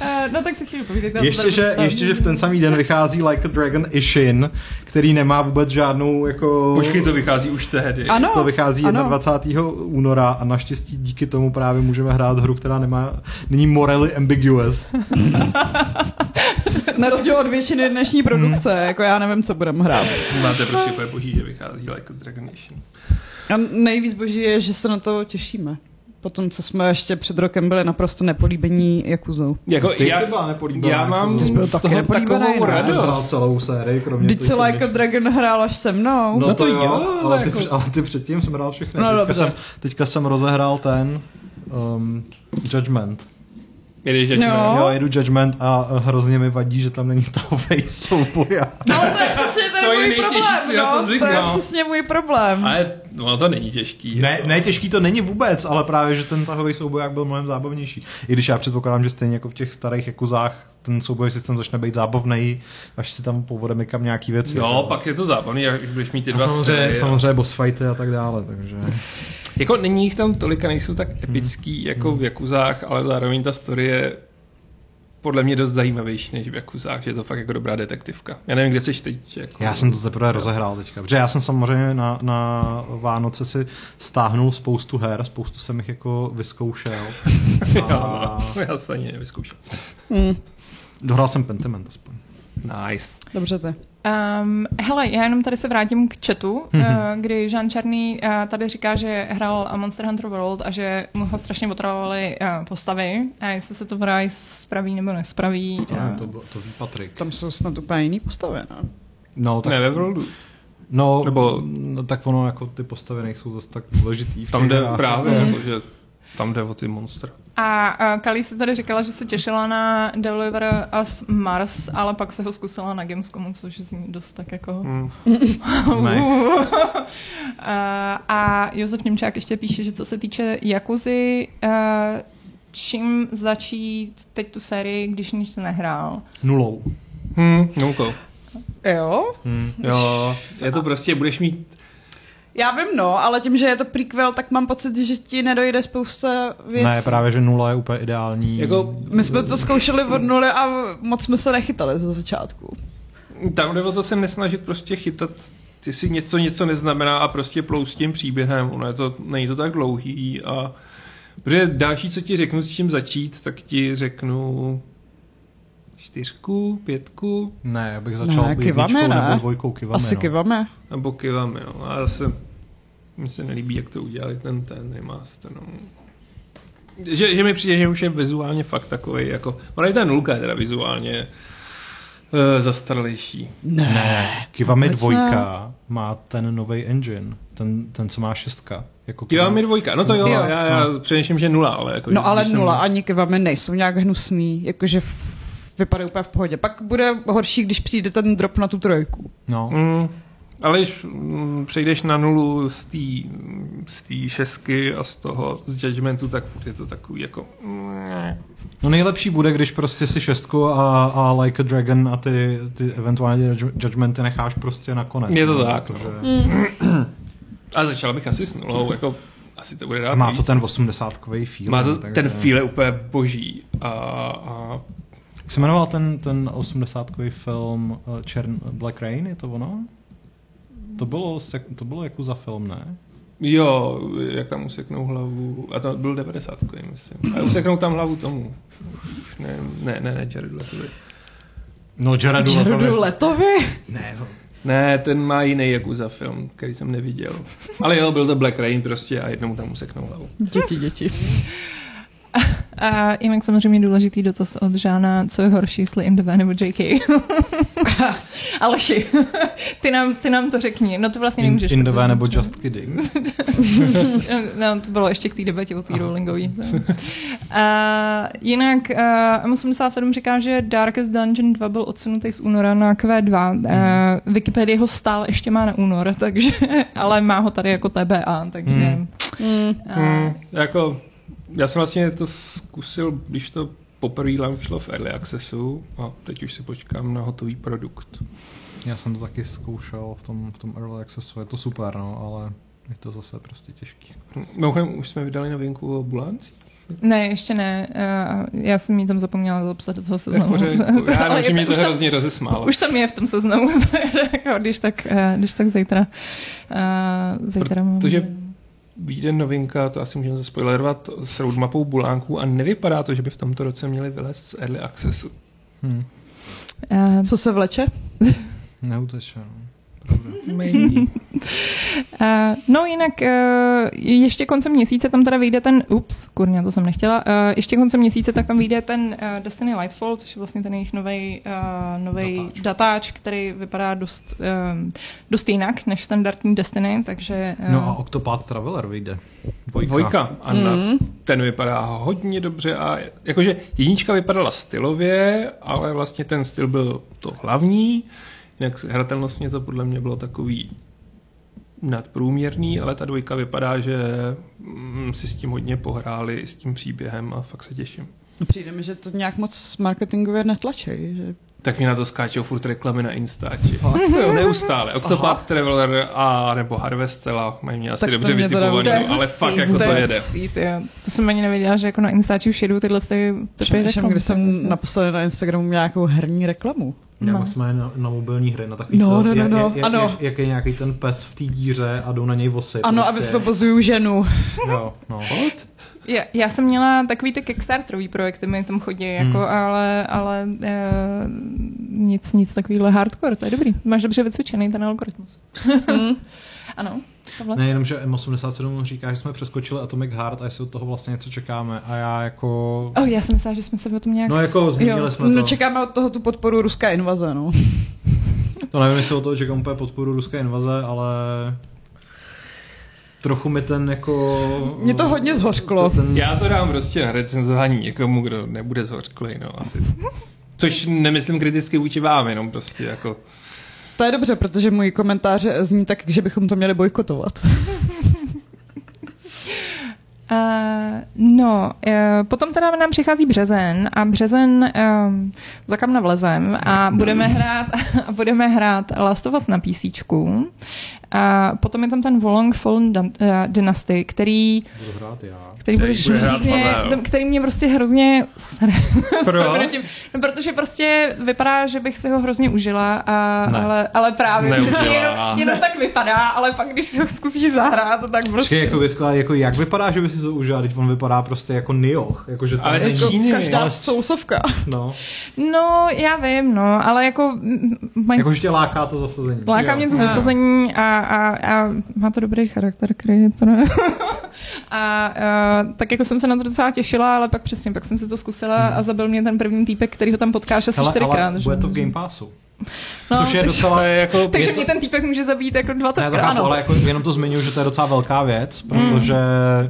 Eh, no tak si chvíli povídejte. já to
Ještě
tady
že,
budu psát.
ještě, že v ten samý den vychází Like a Dragon Ishin, který nemá vůbec žádnou jako...
Počkej, to vychází už tehdy.
Ano,
To vychází
No, ano.
21. února a naštěstí díky tomu právě můžeme hrát hru, která nemá, není morally
[laughs]
ambiguous.
Na rozdíl od většiny dnešní
Hmm.
produkce, jako já nevím, co budem hrát.
Máte prostě úplně boží, že vychází Like a Dragon Nation.
A nejvíc boží je, že se na to těšíme. Potom, co jsme ještě před rokem byli naprosto nepolíbení Jakuzou.
Jako,
Ty jsi byla nepolíbená,
já
jako
mám
to.
z
Jsi byl
toho
taky nepolíbená,
takovou
ne?
Já jsem hrál
radost.
celou sérii, kromě
Vždyť se
toho,
Like a
když-
Dragon hrál až se mnou.
No
No, to
to
jo,
jo,
ale,
ale
ty,
jako-
ale ty předtím jsem hrál všechny.
No,
teďka,
dobře.
jsem, teďka jsem rozehrál ten um, Judgment.
Jedeš, že
No.
Jo, jedu Judgment a eh, hrozně mi vadí, že tam není [laughs] ta face souboja.
Ale No, to je přesně
[laughs]
ten
To je
můj
nejtěžší
problém,
si na to
no. to je
zvyknout.
přesně můj problém.
Ale no, to není těžký.
Ne,
jako.
ne, těžký to není vůbec, ale právě, že ten tahový souboják byl mnohem zábavnější. I když já předpokládám, že stejně jako v těch starých jakuzách ten souboj systém začne být zábavný, až si tam povodeme někam nějaký věci.
Jo, No, pak je to zábavný, jak budeš mít ty
A
dva
samozřejmě,
strany, jo.
samozřejmě boss fighty a tak dále, takže...
Jako není jich tam tolik a nejsou
Mhm.
tak epický jako v Jakuzách, ale zároveň ta story je podle mě dost zajímavější než v Jakuzách, že je to fakt jako dobrá detektivka. Já nevím, kde jsi teď. Jako...
Já jsem to teprve rozehrál teďka, protože já jsem samozřejmě na, na Vánoce si stáhnul spoustu her, spoustu jsem jich jako
[laughs]
vyzkoušel. A
No, já se ani nevyzkoušel.
Hmm.
Hm. dohrál jsem Pentiment aspoň.
Nice.
Dobře ty.
Um, hele, já jenom tady se vrátím k chatu,
Mhm.
mm-hmm. kdy Jean Černý uh, tady říká, že hrál Monster Hunter World a že mu ho strašně otravovaly uh, postavy a jestli se to vraj spraví nebo nespraví. eh.
To,
a-
to, bylo- to ví Patrik.
Tam jsou snad úplně jiný postavy, ne?
No,
Ne, ve Worldu.
No,
Nebo-
no, tak ono, jako ty postavy nejsou zase tak důležitý.
Tam
[laughs]
jde
Já- Mhm.
právě, jako, že tam jde o ty monstra.
A uh, Kali se tady říkala, že se těšila na Deliver Us Mars, ale pak se ho zkusila na Gamescomu, což zní dost tak jako...
Hmm.
[laughs]
Ne.
a, Eh, a Josef Němčák ještě píše, že co se týče Jakuzy, uh, čím začít teď tu sérii, když nic nehrál?
Nulou.
Hmm, nulkou.
Jo?
Hmm. Jo, je to prostě, budeš mít...
Já vím, no, ale tím, že je to prequel, tak mám pocit, že ti nedojde spousta věcí.
Ne, právě, že nula je úplně ideální.
Jako,
My jsme to zkoušeli od nuly a moc jsme se nechytali ze začátku.
tam jde o to se nesnažit prostě chytat ty si něco, něco neznamená a prostě plou s tím příběhem. Ono je to, není to tak dlouhý a protože další, co ti řeknu, s čím začít, tak ti řeknu čtyřku, pětku,
Ne, já bych začal
Ne,
ne,
kivame,
jedničkou
ne?
nebo dvojkou kivame.
Asi
no.
kivame.
nebo kivam, jo. A zase mi se nelíbí, jak to udělali ten, ten remaster, no. Že, že mi přijde, že už je vizuálně fakt takový, jako, ona je ta nulka je teda vizuálně e, zastaralejší.
Ne, kivame
Vůbec
dvojka má ten nový engine, ten, ten co má šestka. Jako to-
Kivam je dvojka, no to jo,
Jo.
já, já přemýšlím, že nula, ale jako...
No ale
když jsem-
nula ani kivame nejsou nějak hnusný, jakože f- vypadají úplně v pohodě. Pak bude horší, když přijde ten drop na tu trojku.
No.
Mm, ale když mm, přejdeš na nulu z té z té šestky a z toho z judgmentu, tak furt je to takový jako... mm,
No nejlepší bude, když prostě si šestku a, a Like a Dragon a ty, ty eventuálně judge- judgmenty necháš prostě nakonec.
Je to
no,
tak, no.
protože
Hmm.
A začal bych asi s nulou, jako asi to bude rád
Má to ten 80 kový feel.
Má to
no, takže-
ten feel je úplně boží. A, a
Jak se jmenoval ten, ten 80 kový film eh, Čern, Black Rain, je to ono? To bylo, sek- to bylo jako za film, ne?
jo, jak tam useknou hlavu. A to byl 90, myslím. A useknou tam hlavu tomu. Už ne, ne, ne, ne, Jared Letovi.
No Jaredu,
Jaredu Letovi?
Ne, to,
Ne, ten má jiný Jakuza film, který jsem neviděl. Ale jo, byl to Black Rain prostě a jednomu tam useknou hlavu.
Děti, děti.
A jinak samozřejmě důležitý dotaz od Žána, co je horší, jestli MDV nebo [laughs] JK. Aleši, [laughs] ty nám, ty nám to řekni. No to vlastně
in,
nemůžeš.
Indové
protože-
nebo Just Kidding.
[laughs]
[laughs]
No, to bylo ještě k té debatě o té
Aha.
Rowlingový. no. A jinak uh, M87 říká, že Darkest Dungeon 2 byl odsunutý z února na Q2. Uh,
Mhm.
Wikipedie ho stále ještě má na únor, [laughs] takže, ale má ho tady jako TBA, takže...
Mhm.
Hmm.
Mm.
Uh,
Hmm, jako, já jsem vlastně to zkusil, když to poprvé launchlo v Early Accessu a teď už si počkám na hotový produkt.
Já jsem to taky zkoušel v tom, v tom Early Accessu, je to super, no, ale je to zase prostě těžký.
Mimochodem, už jsme vydali novinku o bulanci.
ne, ještě ne. Uh, já jsem ji tam zapomněla zapsat do toho
[laughs]
seznamu. [laughs]
Já
Ale
nevím, že
je-
mě to
už tam-
hrozně rozesmálo.
Už tam je v tom seznamu, [laughs] takže jako, když tak, eh, když tak zítra. eh, zítra mám-
Protože- Vyjde novinka, to asi můžeme zaspoilerovat, s roadmapou bulánků a nevypadá to, že by v tomto roce měli vylézt z Early Accessu.
Hm,
eh,
Co se vleče?
neuteče, no.
Maybe.
Eh, no jinak eh, ještě koncem měsíce tam teda vyjde ten, ups, kurňa, to jsem nechtěla, eh, ještě koncem měsíce tak tam vyjde ten eh, Destiny Lightfall, což je vlastně ten jejich novej, eh, novej
Datáč.
datáč. který vypadá dost, eh, dost jinak než standardní Destiny, takže... eh,
[laughs] no a Octopath Traveler vyjde. Dvojka.
Dvojka. A
Hmm.
na
Mm.
ten vypadá hodně dobře a jakože jednička vypadala stylově, ale vlastně ten styl byl to hlavní, jinak hratelnostně to podle mě bylo takový nadprůměrný, ale ta dvojka vypadá, že mm, si s tím hodně pohráli, s tím příběhem a fakt se těším.
Přijde mi, že to nějak moc marketingově netlačí. Že...
Tak mě na to skáčou furt reklamy na Instači. Neustále. Octopath Traveler a nebo Harvestella mají mě asi
Tak to
dobře
mě teda
vytipovaný,
vůbec
ale fakt jako to
je
jede.
hustý, tyjo. To jsem ani nevěděla, že jako na Instači už jedou tyhle ty typy
Přemýšlím,
reklam.
když jsem naposledy na Instagramu měla nějakou herní reklamu.
Nebo
No.
jsme na, na mobilní hry, na takový
No,
to,
no, no, no,
jak,
ano.
Jak, jak, je nějaký ten pes v té díře a jdou na něj vosy.
Ano, a
prostě.
vysvobozuju ženu.
Jo, no.
Já, já jsem měla takový ty Kickstarterový projekty, mi tam chodí, jako,
Hmm.
ale, ale e, nic, nic takovýhle hardcore, to je dobrý. Máš dobře vycvičený ten
[laughs]
algoritmus. Hmm. ano, Pavle?
Ne, jenom, že M87 říká, že jsme přeskočili Atomic Heart a jestli od toho vlastně něco čekáme. A já jako...
Oh, já jsem myslela, že jsme se o tom nějak...
No jako zmínili
Jo.
jsme to.
No čekáme od toho tu podporu ruská invaze, no.
To nevím, jestli od toho čekám úplně podporu ruské invaze, ale trochu mi ten jako...
Mě to hodně zhořklo.
to- Ten...
Já to dám prostě na recenzování někomu, kdo nebude zhořklý, no asi. Což nemyslím kriticky vůči vám, jenom prostě jako...
To je dobře, protože můj komentář zní tak, že bychom to měli bojkotovat.
Uh, no, uh, potom teda nám přichází březen a březen um, za kamna vlezem a budeme hrát, [laughs] a budeme hrát Last of Us na PC. A potom je tam ten Volong Fallen Dan- eh, Dynasty, který
Budu hrát já.
který
Který
bude
bude hrát
hrozně,
Pavel.
který mě prostě hrozně sere.
[laughs]
S
Proč?
prominutím. no, protože prostě vypadá, že bych si ho hrozně užila, a,
Ne.
ale, ale právě,
Neužila.
že si jenom, jenom tak vypadá, ale pak když si ho zkusíš zahrát, to tak prostě...
Počkej, jako, Větko, ale jako jak vypadá, že by si to užila, teď on vypadá prostě jako nioch. Jako, že tam
Ale
není-
z Číny,
každá
ale-
sousovka.
No,
No, já vím, no, ale jako... mm, Mají...
jako, že tě láká to zasazení.
Láká
Jo.
mě to
Ah.
zasazení a, a, a má to dobrý charakter, který je to ne. [laughs] a, a tak jako jsem se na to docela těšila, ale pak přesně, pak jsem si to zkusila
Hmm.
a zabil mě ten první týpek, který ho tam potkáš asi
Hele,
čtyřikrát.
ale
že?
bude to v Game Passu.
No.
Což je docela
Ale jako...
Takže
Je to-
mě ten týpek může zabít jako
Ne, to
20krát.
chápu, ale jako jenom to zmiňuji, že to je docela velká věc, protože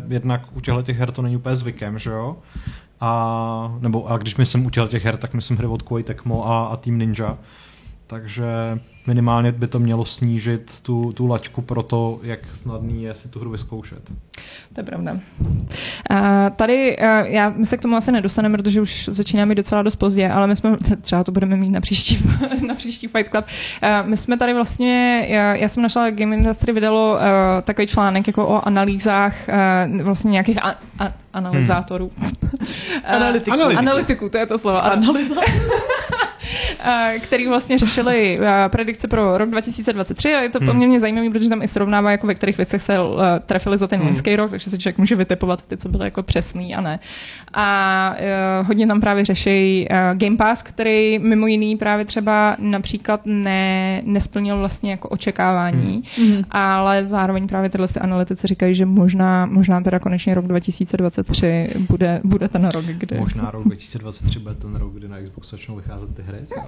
jednak u těchto těch her to není úplně zvykem, že jo? A A, nebo a když myslím u těchto těch her, tak myslím hry od Koei Tecmo a, a Team Ninja. Takže minimálně by to mělo snížit tu, tu laťku pro to, jak snadný je si tu hru vyzkoušet.
To je pravda. A tady a já my se k tomu asi nedostaneme, protože už začíná být docela dost pozdě, ale my jsme, [laughs] třeba to budeme mít na příští, [laughs] na příští Fight Club. A my jsme tady vlastně, já, já jsem našla, Game Industry vydalo uh, takový článek jako o analýzách, uh, vlastně nějakých a, a, analyzátorů. [laughs] Hmm.
Analytiků.
Analytiků, to je to slovo. [laughs]
Analýza.
A, který vlastně řešili a, predikce pro rok 2023 a je to
Hmm.
poměrně zajímavý, protože tam i srovnává, jako ve kterých věcech se a, trefili za ten
Hmm.
loňský rok, takže se člověk může vytipovat ty, co byly jako přesný a ne. A e, hodně tam právě řeší e, Game Pass, který mimo jiný právě třeba například ne, nesplnil vlastně jako
Hmm.
očekávání,
Mhm.
ale zároveň právě tyhle ty analytici říkají, že možná, možná teda konečně rok 2023 bude, bude ten rok, kdy...
Možná rok 2023 bude ten rok, kdy na Xbox začnou vycházet ty hry. jo.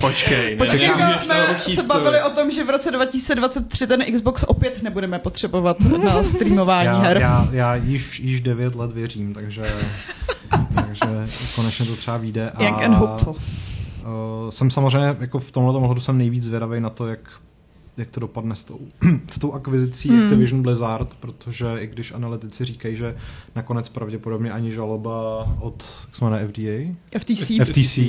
Počkej, ne?
Počkej,
Já
jako
můžeš toho
jsme
chtít,
se
to-
bavili o tom, že v roce 2023 ten Xbox opět nebudeme potřebovat na streamování
Já,
her.
já, já již, již 9 let věřím, takže, takže konečně to třeba vyjde. A,
Young and hopeful.
Uh, jsem samozřejmě, jako v tomhle ohledu jsem nejvíc zvědavý na to, jak, jak to dopadne s tou, [clears throat] s tou akvizicí
Hmm.
hmm. Activision Blizzard, protože i když analytici říkají, že nakonec pravděpodobně ani žaloba od, jak se jmenuje, FDA?
FTC,
FTC.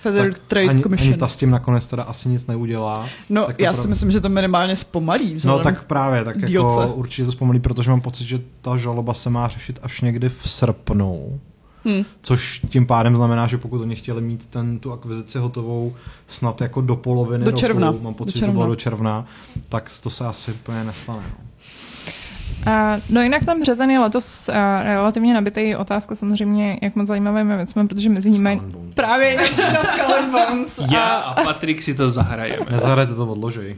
Federal
tak
Trade
ani,
Commission.
ani ta s tím nakonec teda asi nic neudělá.
no,
tak to
já
pro-
si myslím, že to minimálně zpomalí.
No
vzhledem-
tak právě, tak
dílce.
jako určitě to zpomalí, protože mám pocit, že ta žaloba se má řešit až někdy v srpnu.
Hm.
Což tím pádem znamená, že pokud oni chtěli mít ten, tu akvizici hotovou snad jako do poloviny
Do
roku,
června.
mám
Do
pocit, že to
června.
bylo do června, tak to se asi úplně nestane. no.
A, no jinak ten březen je letos a, relativně nabitý. Otázka samozřejmě, jak moc zajímavými věcmi, protože mezi nimi
Skull and Bones.
právě [laughs] na Skull and Bones.
Já
A,
a Patrik si to zahrajeme.
Nezahrajte to
[laughs]
odložej.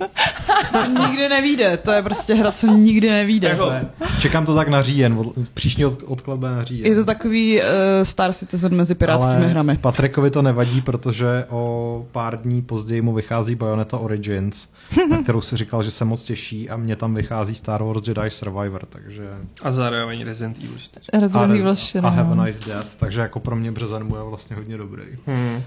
To nikdy nevíde, to je prostě hra, co nikdy nevíde.
Jako-
Ne, Čekám to tak na říjen, od- příští od- odklad bude na říjen.
Je to takový uh, Star Citizen mezi pirátskými
Ale
hrami.
Patrikovi to nevadí, protože o pár dní později mu vychází Bayonetta Origins, na
[laughs]
kterou si říkal, že se moc těší a mně tam vychází Star Wars Jedi Survivor, takže...
A zároveň Resident Evil 4.
Resident
a,
Evil
vlastně,
4.
a Have
no.
a Nice Death, takže jako pro mě březen bude vlastně hodně dobrý.
Hmm.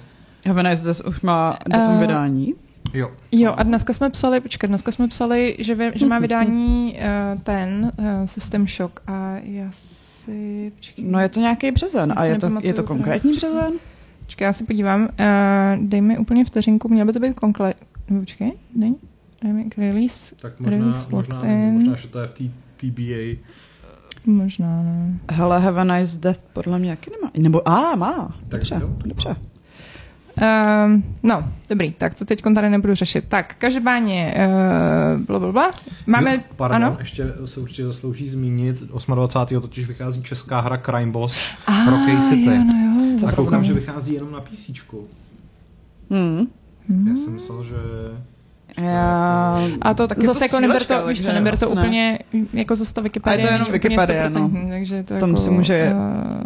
Have a nice Death už má datum
Eh,
vydání.
Jo.
Jo,
No.
a dneska jsme psali, počkat, dneska jsme psali, že, vy,
[laughs]
že má vydání uh, ten uh, System Shock a já si... Počkej,
No je to nějaký březen
Já
a
si
je to,
nepamatuju
je to
úplně
konkrétní
přesně.
březen?
počkej, já si podívám. Uh, dej mi úplně vteřinku, mělo by to být konkré... Nebo počkej, dej, dej mi release.
Tak
Release lockdown.
že to je v té TBA.
Možná, ne.
Hele, Have a nice Death podle mě taky nemá. Nebo a má, dobře,
jo.
dobře.
Ehm, no, dobrý, tak to teď tady nebudu řešit. Tak, každopádně, uh, bla, bla, bla. Máme,
jo, pardon,
ano?
ještě se určitě zaslouží zmínit, 28. totiž vychází česká hra Crime Boss
Ah,
pro Case City.
jo, no jo,
To
a
dobře.
koukám, že vychází jenom na PC.
Hmm.
Hmm.
Já jsem myslel, že...
Já...
A to taky
Je to
zase jako neber
střílečka,
to, víš
takže
co, neber to
vlastně ne.
úplně, jako zase ta Wikipedie.
A je to jenom
není úplně
Wikipedie,
100%, Takže to
Tam
jako,
si může
eh,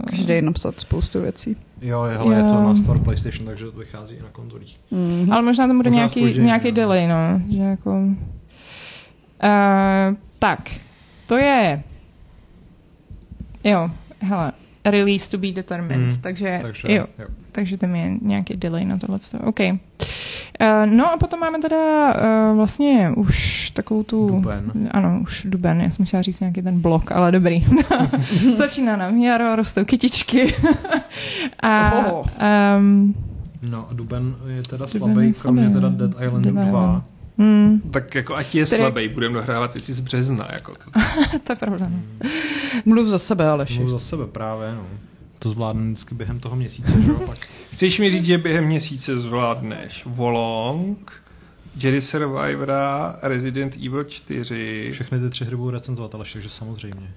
Každý napsat spoustu věcí.
Jo, je, hele, je
Jo.
to na Store PlayStation, takže to vychází i na konzolích.
Mhm.
Ale možná tam bude
Možná
nějaký,
zpoždění,
nějaký
no.
delay, no. Že jako... uh, tak, to je... Jo, hele, release to be determined,
Hmm,
takže,
Takže
jo,
jo.
takže tam je nějaký delay na tohle. OK. Uh, no a potom máme teda uh, vlastně už takovou tu...
Duben.
Ano, už duben, já jsem chtěla říct nějaký ten blok, ale dobrý. [laughs] Začíná nám jaro, rostou kytičky. [laughs] a,
Oho.
um,
No a Duben je teda
Duben
slabý,
je
kromě
slabý,
teda
no.
Dead Island
Dead
2.
Island. hmm,
Tak jako ať je
Tedy-
slabý, budeme dohrávat věci z března. Jako to,
to je pravda. No.
Mluv za sebe, Aleši.
Mluv za sebe právě, no. To zvládnu vždycky během toho měsíce, že jo, pak.
[laughs]
Chceš mi říct, že během měsíce zvládneš Volong, Jerry Survivora, Resident Evil 4.
Všechny ty tři hry budou recenzovat, ale takže samozřejmě.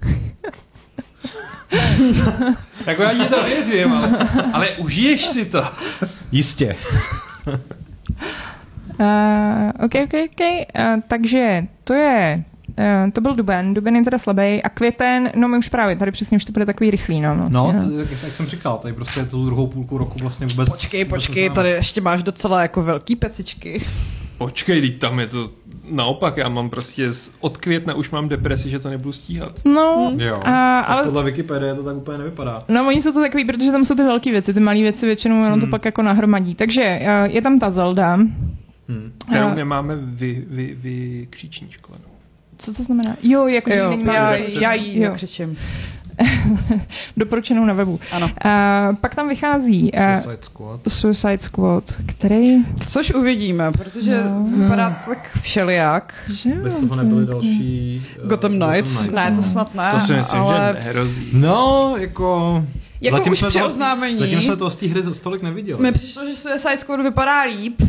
Jako já ti to věřím, ale, ale užiješ si to.
Jistě.
Uh, OK, OK, OK. Uh, takže to je, uh, to byl Duben. Duben je teda slabý a květen, no my už právě, tady přesně už to bude takový rychlý, no.
No,
Vlastně,
t- jak, jak jsem říkal, tady prostě je tu druhou půlku roku vlastně vůbec...
Počkej,
vůbec
počkej,
neznáme.
tady ještě máš docela jako velký pecičky.
Počkej, teď tam je to naopak, já mám prostě z, od května už mám depresi, že to nebudu stíhat.
No,
Jo.
a,
tak ale...
ale
podle Wikipedie to tak úplně nevypadá.
No, oni jsou to takový, protože tam jsou ty velké věci, ty malé věci většinou jenom to pak jako nahromadí. Takže eh, je tam ta Zelda.
Hmm.
Kterou
Eh,
nemáme vy, vy, vy no. kříčníčkovanou.
Co to znamená? Jo, jako že není
já,
malá.
redakce.
já jí
Jo.
zakřičím.
Doporučenou na webu.
Ano.
Uh, pak tam vychází uh,
Suicide Squad.
Suicide Squad, který...
Což uvidíme, protože
No.
no. vypadá tak všelijak.
Že?
Bez toho nebyly další... eh,
Gotham Knights? Ne, to snad ne.
to si myslím,
ale
že nehrozí.
No, jako...
Jako už
jsme
při
toho-
oznámení.
Zatím jsme toho z té hry za stolik neviděli.
mi přišlo, že Suicide Squad vypadá líp,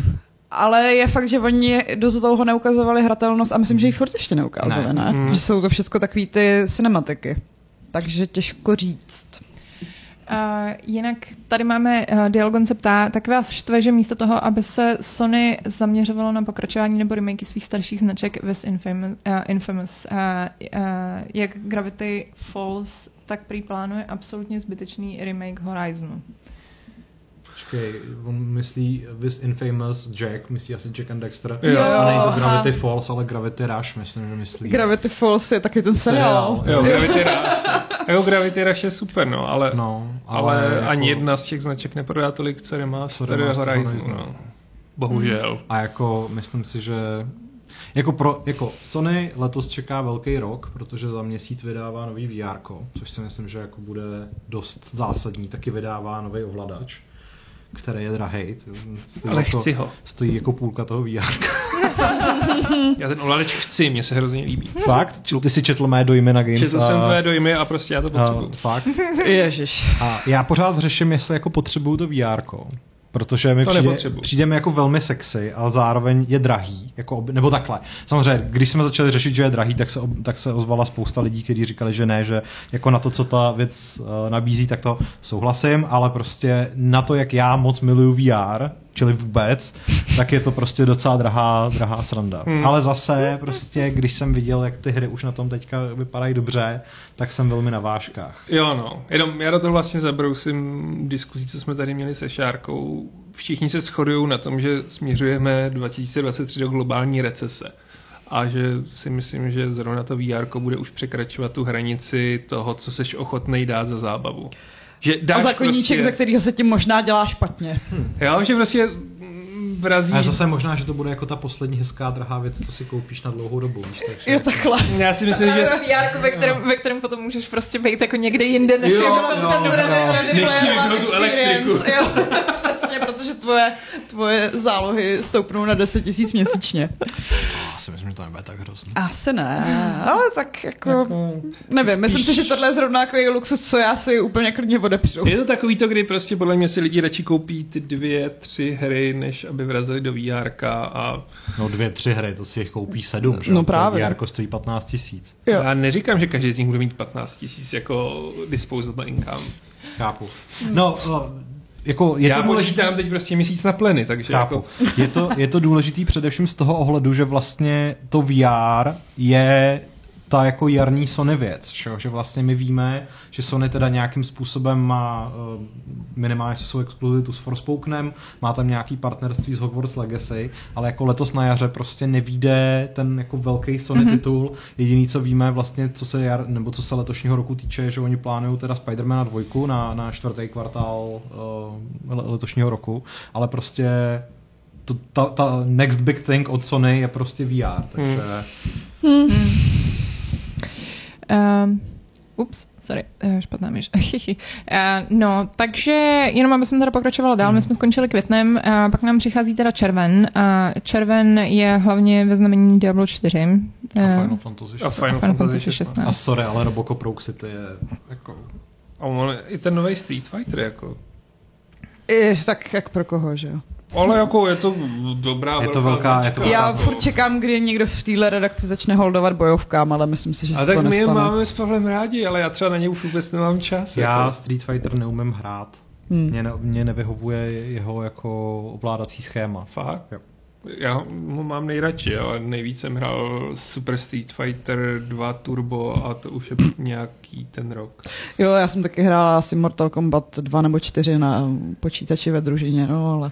ale je fakt, že oni dost dlouho neukazovali hratelnost a myslím, že ji furt ještě neukázali,
Ne.
ne? ne?
Mm.
Mm. Že jsou to všechno takový ty cinematiky. Takže těžko říct.
Uh, jinak tady máme uh, Dialgon se ptá, tak vás štve, že místo toho, aby se Sony zaměřovalo na pokračování nebo remakey svých starších značek Vis Infamous, uh, Infamous uh, uh, jak Gravity Falls, tak prý plánuje absolutně zbytečný remake Horizonu.
Počkej, on myslí This Infamous Jack, myslí asi Jack and Dexter.
Jo,
a není to
aha.
Gravity Falls, ale Gravity Rush, myslím, že myslí.
Gravity Falls je taky ten seriál.
Jo, Gravity Rush. jo, Gravity Rush je super, no, ale, no,
No,
ale, ale jako... ani jedna z těch značek neprodá tolik, co nemá
Co
Star
Remastered
Horizon.
Horizon.
No. Bohužel.
A jako, myslím si, že... Jako, pro, jako Sony letos čeká velký rok, protože za měsíc vydává nový VR, což si myslím, že jako bude dost zásadní. Taky vydává nový ovladač, který je drahej. to- Stojí,
Ale
jako,
chci ho.
stojí jako půlka toho VR.
Já ten ovladač chci, mně se hrozně líbí.
Fakt? Ty si četl mé dojmy na Games.
Četl
a-
jsem tvé dojmy a prostě já to potřebuju.
a, fakt.
[laughs] Ježiš.
A já pořád řeším, jestli jako potřebuju to VR. Protože mi
To
přijde,
nepotřebuju.
přijdeme jako velmi sexy, ale zároveň je drahý. Jako ob, nebo takhle. Samozřejmě, když jsme začali řešit, že je drahý, tak se, ob, tak se ozvala spousta lidí, kteří říkali, že ne, že jako na to, co ta věc eh, nabízí, tak to souhlasím, ale prostě na to, jak já moc miluju VR, čili vůbec, tak je to prostě docela drahá, drahá sranda.
Hmm.
Hmm. Ale zase prostě, když jsem viděl, jak ty hry už na tom teďka vypadají dobře, tak jsem velmi na vážkách.
Jo, no. Jenom já do toho vlastně zabrousím diskuzí, co jsme tady měli se Šárkou. Všichni se shodují na tom, že směřujeme 2023 do globální recese. A že si myslím, že zrovna to VR bude už překračovat tu hranici toho, co seš ochotnej dát za zábavu. Že dáš
a za koníček,
prostě,
ze kterého se tím možná dělá špatně.
Jo, že prostě mm, vrazíš...
Ale zase možná, že to bude jako ta poslední hezká drahá věc, co si koupíš na dlouhou dobu, víš, takže...
Jo, takhle.
Já si myslím, že...
Járku, ve kterém, ve kterém potom můžeš prostě být jako někde jinde, než
Jo, no,
jako
jo,
no,
vlastně
jo.
dobré.
Než ti vypnou tu elektriku.
[laughs] Jo, přesně, protože tvoje, tvoje zálohy stoupnou na 10 tisíc měsíčně.
Já si myslím, že to nebude tak hrozný.
Asi ne, ale tak jako, jako nevím, spíš... myslím si, že tohle je zrovna jako je luxus, co já si úplně klidně odepřu.
Je to takový to, kdy prostě podle mě si lidi radši koupí ty dvě, tři hry, než aby vrazili do VR a
No dvě, tři hry, to si jich koupí sedm, že?
No
jo? To
právě.
Jarko stojí 15 tisíc.
Jo.
Já neříkám, že každý z nich bude mít 15 tisíc jako disposable income.
Chápu. No, no, jako je
Já
to důležité...
počítám teď prostě měsíc na pleny, takže
Chápu.
jako...
[laughs] Je to, je to důležitý především z toho ohledu, že vlastně to VR je ta jako jarní Sony věc, že, jo? že vlastně my víme, že Sony teda nějakým způsobem má eh, minimálně, co jsou exkluzivity s Forspokenem, má tam nějaký partnerství s Hogwarts Legacy, ale jako letos na jaře prostě nevíde ten jako velký Sony mm-hmm. titul. Jediný, co víme vlastně, co se jar, nebo co se letošního roku týče, je, že oni plánují teda Spidermana 2 na, na čtvrtý kvartál eh, le- letošního roku, ale prostě to, ta, ta next big thing od Sony je prostě VR, takže
Hmm.
Um, ups, sorry, eh, špatná myš. [laughs] Chichy. Eh, no, takže jenom aby jsem teda pokračovala
Hmm.
dál, my jsme skončili květnem, a pak nám přichází teda červen. A červen je hlavně ve znamení Diablo 4. eh,
Fantasy
A
Final
Final, Fantasy
Fantasy
16.
A
16.
sorry, ale Robocop Rogue City je jako...
A on, i ten nový Street Fighter, jako...
I, tak jak pro koho, že jo?
Ale jako je to dobrá
Je to velká- jako-
značka.
je to velká
Já furt čekám, kdy někdo v téhle redakci začne holdovat bojovkám, ale myslím si, že
A
se to
tak my je
nestane.
máme s Pavlem rádi, ale já třeba na ně už vůbec nemám čas.
Já
Jako.
Street Fighter neumím hrát.
Hmm.
Mě, ne, mě nevyhovuje jeho jako ovládací schéma.
Fakt?
Jo.
Já ho mám nejradši, ale nejvíc jsem hrál Super Street Fighter 2 Turbo a to už je nějaký ten
[laughs]
rok.
Jo, já jsem taky hrála asi eh, Mortal Kombat 2 nebo 4 na počítači ve družině, no ale...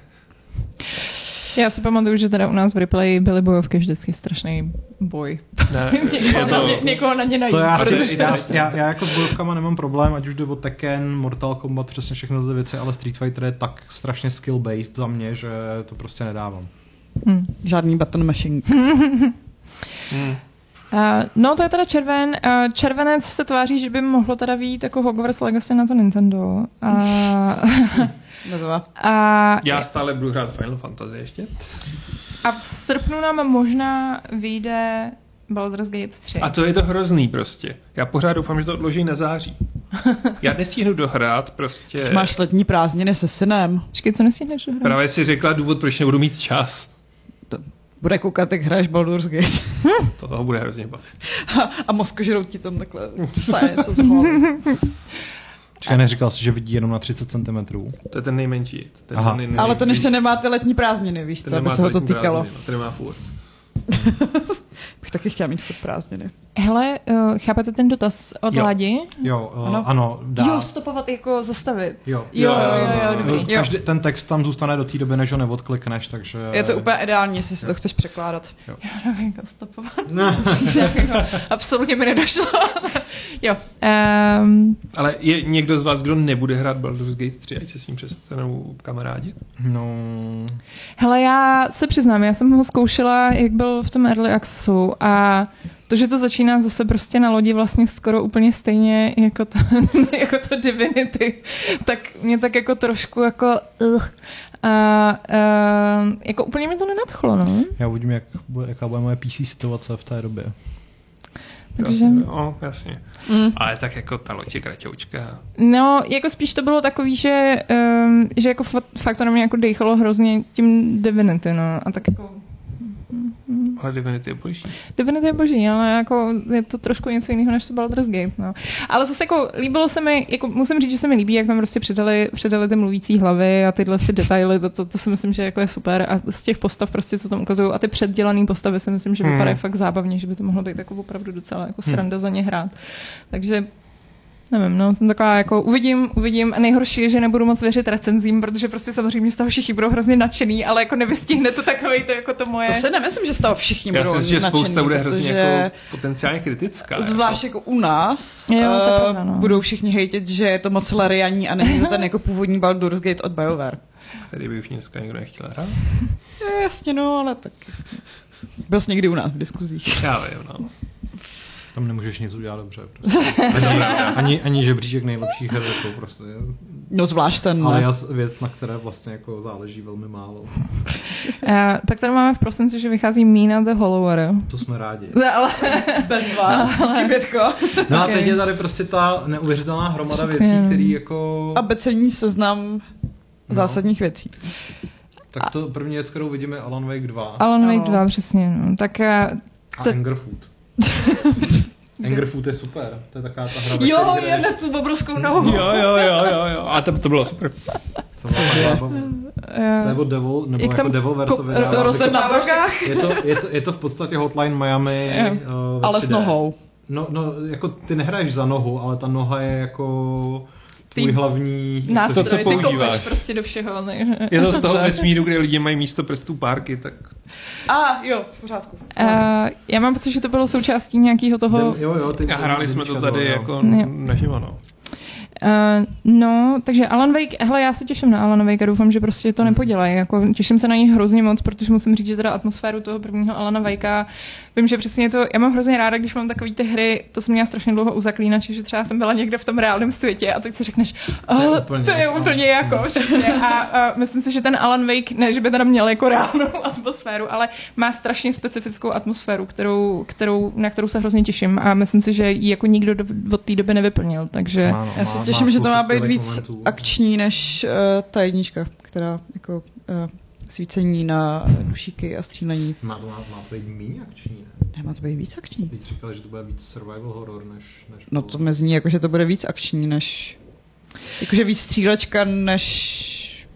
Já si pamatuju, že teda u nás v replay byly bojovky vždycky strašný boj.
Ne,
[laughs] někoho,
Eh, je
na
to,
ně, někoho na ně najít.
To já,
protože-
si, já, já, já jako s bojovkama nemám problém, ať už jde o Tekken, Mortal Kombat, přesně všechny ty věci, ale Street Fighter je tak strašně skill-based za mě, že to prostě nedávám.
Hm.
Žádný
[laughs]
button mashing.
hm.
Uh, no, to je teda červen. Uh, červenec se tváří, že by mohlo teda výjít jako Hogwarts Legacy na to Nintendo. Uh,
Nazva.
a,
Já stále budu hrát Final Fantasy ještě.
a v srpnu nám možná vyjde Baldur's Gate 3.
A to je to hrozný prostě. Já pořád doufám, že to odloží na
[laughs]
září. Já nestihnu dohrát prostě.
Máš letní prázdniny se synem.
Počkej, co nestihneš dohrát?
Právě si řekla důvod, proč nebudu mít čas.
Bude koukat, jak hraješ Baldur's Gate. [laughs]
To toho bude hrozně bavit.
A mozkožrout ti tam takhle saje, co z
[laughs]
hlavy.
Čekaj, neříkal jsi, že vidí jenom na 30 cm.
To je ten nejmenší. Ten
Aha.
nej- nej-
Ale ten ještě nemá ty letní prázdniny, víš
ten
co, aby
nemá
se ho to
tolik
týkalo.
prázdnin, no, Ten má furt.
Bych taky chtěla mít furt prázdniny.
Hele, uh, chápete ten dotaz od
Jo.
Ládi?
Jo, ano,
Ano.
ano dá.
Jo, stopovat jako zastavit.
Jo.
Jo, jo, jo, dobrý.
Jo.
Každý, ten text tam zůstane do té doby, než ho neodklikneš, takže...
Je to úplně ideální, jestli si to chceš překládat.
[laughs] Já nevím, jak stopovat. [laughs]
Ne.
Absolutně mi nedošlo. jo. Um,
Ale je někdo z vás, kdo nebude hrát Baldur's Gate 3, ať se s ním přestanou kamarádi?
No...
Hele, já se přiznám, já jsem ho zkoušela, jak byl v tom Early Accessu a to, že to začíná zase prostě na lodi vlastně skoro úplně stejně jako, ta, [laughs] jako to Divinity, tak mě tak jako trošku jako uh, a uh, jako úplně mi to nenadchlo, no.
Já uvidím, jak bude, jaká bude moje PC situace v té době.
Takže,
No, jasně.
Mm.
Ale tak jako ta loď je kratoučka.
no, jako spíš to bylo takový, že, um, že jako fakt, fakt to na mě jako dejchalo hrozně tím Divinity, no. A tak jako
Ale Divinity je boží.
Divinity je boží, ale jako je to trošku něco jiného než to Baldur's Gate. No. Ale zase jako líbilo se mi, jako musím říct, že se mi líbí, jak tam prostě přidali, přidali ty mluvící hlavy a tyhle ty detaily, to, to, to, si myslím, že jako je super. A z těch postav prostě, co tam ukazují, a ty předdělané postavy si myslím, že
Hmm.
vypadají fakt zábavně, že by to mohlo být jako opravdu docela jako
Hmm.
sranda za ně hrát. Takže Nevím, no, jsem taková jako uvidím, uvidím a nejhorší je, že nebudu moc věřit recenzím, protože prostě samozřejmě z toho všichni budou hrozně nadšený, ale jako nevystihne to takovej to jako to moje.
To si nemyslím, že z toho všichni
Já
budou
si myslím, že
nadšený,
spousta bude hrozně
protože
jako potenciálně kritická.
Zvlášť jako u nás
Jo, to je
eh,
pravda, no.
budou všichni hejtit, že je to moc larianí a není to
[laughs]
ten jako původní Baldur's Gate od BioWare.
Jako, který by už dneska nikdo nechtěl hrát.
Eh, Jasně no, ale tak... Byl jsi někdy u nás v diskuzích.
Já vím, no.
Tam nemůžeš nic udělat dobře. Prostě. [laughs] Ani, ani, ani žebříček nejlepších her jako prostě.
No zvlášť ten,
Ale
ne?
já věc, na které vlastně jako záleží velmi málo.
Eh, pak tady máme v prosinci, že vychází Mina the Hollower.
To jsme rádi.
Ale [laughs]
Bez vás, Kybětko.
No a
Ok.
teď je tady prostě ta neuvěřitelná hromada
Přesně.
věcí, které jako...
A becení seznam zásadních věcí.
Tak to první věc, kterou vidíme, je Alan Wake 2 a,
Alan Wake
Ano.
2, přesně. No. Tak eh, to- [laughs]
Anger Food. Anger Food je super. No, To je taková ta hra, ve
jo,
které
je
hraješ-
na tu obrovskou nohu.
Jo, jo, jo, jo, jo. A to, to bylo super.
To byla fakt zábava.
Eh,
To je od Devil, nebo
Jak
jako
tam
Devil Ver
ko- eh,
to
Já
To
vydává.
roste na drogách,
Je to, je, to, je to v podstatě Hotline Miami.
Jo.
eh, ve
ale s
3D.
nohou.
No, no, jako ty nehraješ za nohu, ale ta noha je jako tvůj
Ty
hlavní...
Nástroj,
To, co
ty
používáš.
koupeš prostě do všeho. Ne?
Je to z toho vesmíru, kde lidi mají místo prstů párky, tak
A jo, v pořádku.
Eh, já mám pocit, že to bylo součástí nějakého toho...
Dem- Jo, jo, ty
a hráli jsme to
jednička
tady
byla, jo.
jako
Jo.
naživo, no.
Eh, no, takže Alan Wake, hele, já se těším na Alan Wake a doufám, že prostě
Hmm.
to nepodělají. Jako, těším se na ní hrozně moc, protože musím říct, že teda atmosféru toho prvního Alana Wakea, vím, že přesně to, já mám hrozně ráda, když mám takové ty hry, to jsem měla strašně dlouho u zaklínače, že třeba jsem byla někde v tom reálném světě a teď si řekneš,
To
oh,
je úplně
to je
jako,
úplně jako,
no.
přesně. A, a, myslím si, že ten Alan Wake, ne, že by teda měl jako reálnou [laughs] atmosféru, ale má strašně specifickou atmosféru, kterou, kterou, na kterou se hrozně těším a myslím si, že ji jako nikdo do, od té doby nevyplnil, takže...
Má, no,
Já
má-
se
má
těším, že to má
spoustu
být
skvělých
víc
momentů.
akční než uh, ta jednička, která jako uh, svícení na dušíky a střílení.
Má to, má, má to být méně akční, ne?
Nemá to být víc akční.
Teď říkali, že to bude víc survival horror, než... než
No to mi zní jako, že to bude víc akční než... Jakože víc střílečka než...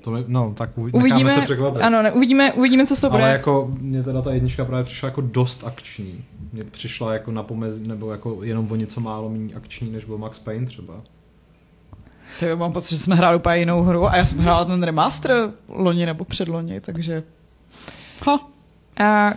to mi, no, tak uvidíme.
Uvidíme,
se překvapit.
ano, ne, uvidíme, uvidíme, co z toho
Ale
bude.
jako mě teda ta jednička právě přišla jako dost akční. Mně přišla jako na pomez, nebo jako jenom o něco málo méně akční, než byl Max Payne třeba.
To jo, mám pocit, že jsme hráli úplně jinou hru a já jsem hrála ten remaster loni nebo předloni, takže Ha.
A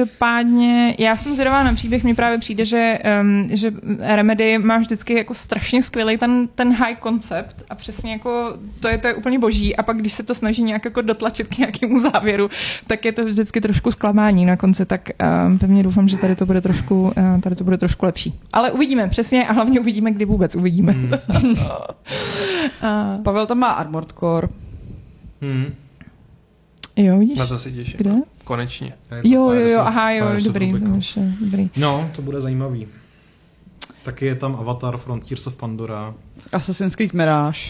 každopádně, já jsem zvědavá na příběh, mně právě přijde, že, um, že Remedy má vždycky jako strašně skvělý ten, ten high concept a přesně jako to je, to je úplně boží a pak když se to snaží nějak jako dotlačit k nějakému závěru, tak je to vždycky trošku zklamání na konci, tak um, pevně doufám, že tady to bude trošku, uh, tady to bude trošku lepší. Ale uvidíme, přesně a hlavně uvidíme, kdy vůbec uvidíme. Hmm. a,
Pavel tam má Armored Core.
Hmm.
jo, vidíš?
Na to se těším.
Kde?
Konečně.
Jo, jo, jo, aha, jo,
Pár
dobrý,
stovek, no.
dobrý, dobrý.
No, to bude zajímavý. Taky je tam Avatar Frontiers of Pandora.
Assassin's Creed Mirage.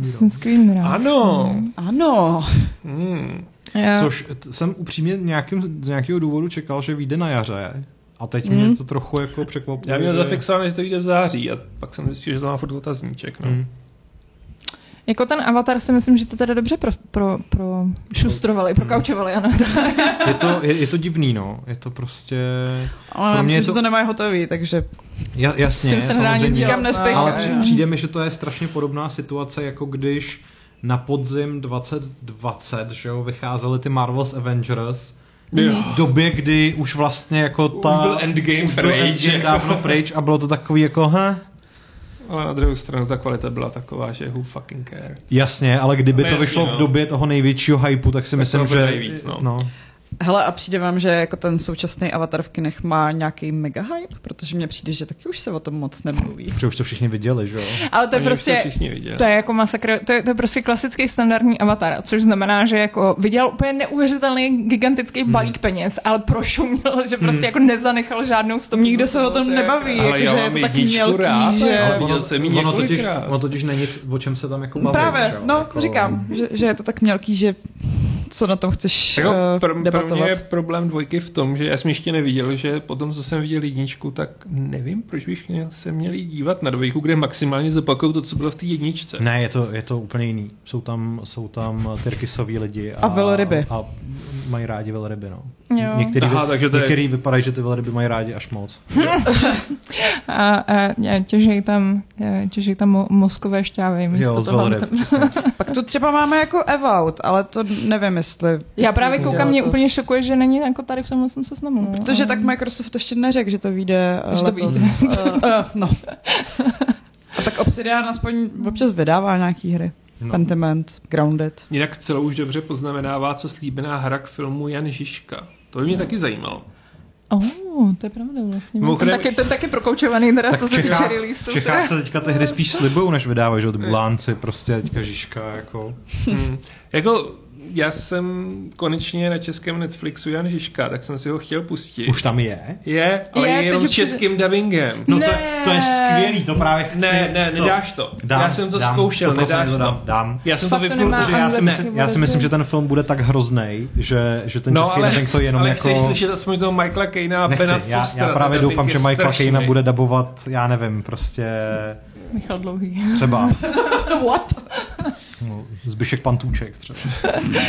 Assassin's Creed Mirage.
Ano.
Mm.
Ano.
Hmm.
Jo.
Což t- jsem upřímně nějakým, z nějakého důvodu čekal, že vyjde na jaře. A teď
Hmm.
mě to trochu jako překvapuje.
Já měl
že-
zafixované, že to jde v září a pak jsem zjistil, že to má furt otazníček. No.
Hmm.
Jako ten avatar si myslím, že to teda dobře pro, pro, pro
Mm.
šustrovali, prokaučovali, ano.
Je to, je, je to divný, no. Je to prostě...
Ale
Pro
já
mě je
myslím, to...
to-
že to nemají hotový, takže
Ja, jasně,
S tím se nedá nic
samozřejmě.
dělat.
nikam nespěchá.
Ale
Jo,
při-
jo.
přijde mi, že to je strašně podobná situace, jako když na podzim 2020, že jo, vycházely ty Marvel's Avengers, v době, kdy už vlastně jako ta...
Už byl Endgame
už byl
pryč,
Endgame
jako.
dávno pryč a bylo to takový jako, he,
Ale na druhou stranu ta kvalita byla taková, že who fucking care.
jasně, ale kdyby
No
to
jasně,
vyšlo
no.
v době toho největšího hypu, tak si
Tak
myslím,
to
že...
bude nejvíc, no.
no.
Hele, a přijde vám, že jako ten současný avatar v kinech má nějaký mega hype? Protože mně přijde, že taky už se o tom moc nemluví.
Protože už to všichni viděli, že jo?
Ale to je
Oni už
prostě,
všichni viděli.
to je jako masakr, to je, to je prostě klasický standardní avatar, což znamená, že jako viděl úplně neuvěřitelný
Mhm.
gigantický balík peněz, ale prošuměl, že prostě jako nezanechal žádnou stopu.
Nikdo
za
se o
sebou,
tom
to je jako-
nebaví,
Ale
jako,
já
že je
mám
to tak
jedničku
mělký,
rád,
že...
ale Eh, viděl jsem ji
ono totiž,
několikrát.
ono totiž není, c- o čem se tam jako bavit, že
Právě,
jo?
no,
jako...
říkám, že, že je to tak mělký, že co na tom chceš
Jako,
eh,
pro, pro mě
debatovat.
je problém dvojky v tom, že já jsem ještě neviděl, že potom, co jsem viděl jedničku, tak nevím, proč bych měl- se měli dívat na dvojku, kde maximálně zopakují to, co bylo v té
[laughs]
jedničce.
Ne, je to, je to úplně jiný. Jsou tam, jsou tam tyrkisoví lidi a,
A velryby.
A mají rádi velryby, no.
Jo.
Některý,
Aha,
Aha,
takže
takže
to je-
některý vypadají, že ty velryby mají rádi až moc.
A, a ne, těžej tam, eh, těžej tam mo- mozkové šťávy. místo
jo, z
toho, aby
velryb,
tam- [laughs]
přesně.
Pak tu třeba máme jako Evout, ale to nevím, jestli...
Já
jestli
právě
udělal
koukám, mě
to
úplně
s-
šokuje, že není jako tady v tomhle jsem seznamu. no.
Protože
Ale-
tak Microsoft ještě neřekl, že to vyjde eh,
Že to
letos. Eh, [laughs] eh, no. A tak Obsidian aspoň občas vydává nějaký hry.
No.
Pentiment, Grounded.
Jinak celou už dobře poznamenává, co slíbená hra k filmu Jan Žižka. To by mě taky zajímalo.
Oh, to je pravda vlastně.
Mimochodem-
Ten taky, ten taky prokoučovaný teda,
tak
co
v
se týče
Čechách,
release.
v Čechách se teďka ty hry spíš slibují, než vydávají, že od Bulánci, prostě teďka Žižka, jako.
Hmm. Jako já jsem konečně na českém Netflixu Jan Žižka, tak jsem si ho chtěl pustit.
Už tam je?
Je, ale
Je,
je, je
teď
jenom
už přijde-
českým dubbingem.
No to,
Ne.
to je skvělý, to právě chci.
Ne, ne, nedáš to.
Dám,
já jsem to
dám,
zkoušel,
100%
nedáš
to
to.
dám, dám.
Já jsem
Fakt
to
to
vypnul,
nemá
protože
Protože já si,
anglicky
myslím, já si
verzi.
myslím, že ten film bude tak hrozný, že, že ten český no, to jenom
ale
jako...
chceš slyšet aspoň toho Michaela Kejna a
Nechci,
Bena
já,
Fostera.
já právě
ten
doufám,
dubbing
že
je
Michael
strašný.
Kejna bude dabovat, já nevím, prostě
Michal Dlouhý.
třeba
What?
no, Zbyšek Pantůček třeba.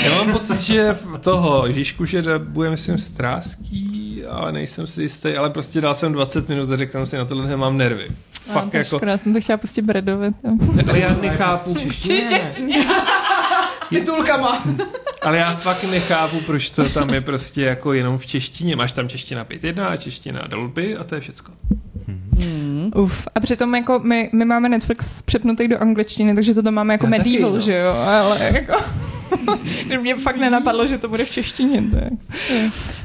Já mám pocit, že v toho Žižku, že dabuje, myslím, Stráský, ale nejsem si jistý, ale prostě dal jsem 20 minut a řekl jsem si, na tohle mám nervy. Fakt
to je
jako,
Škoda, já jsem to chtěla prostě bredovat.
ale já nechápu,
S titulkama.
ale já fakt nechápu, proč to tam je prostě jako jenom v češtině. Máš tam čeština 5.1 a čeština Dolby a to je všecko.
[laughs] Uf. A přitom jako my, my máme Netflix přepnutý do angličtiny, takže to tam máme jako
Já taky,
medieval,
no.
že jo, ale [laughs] jako... že mě fakt nenapadlo, že to bude v češtině. Tak.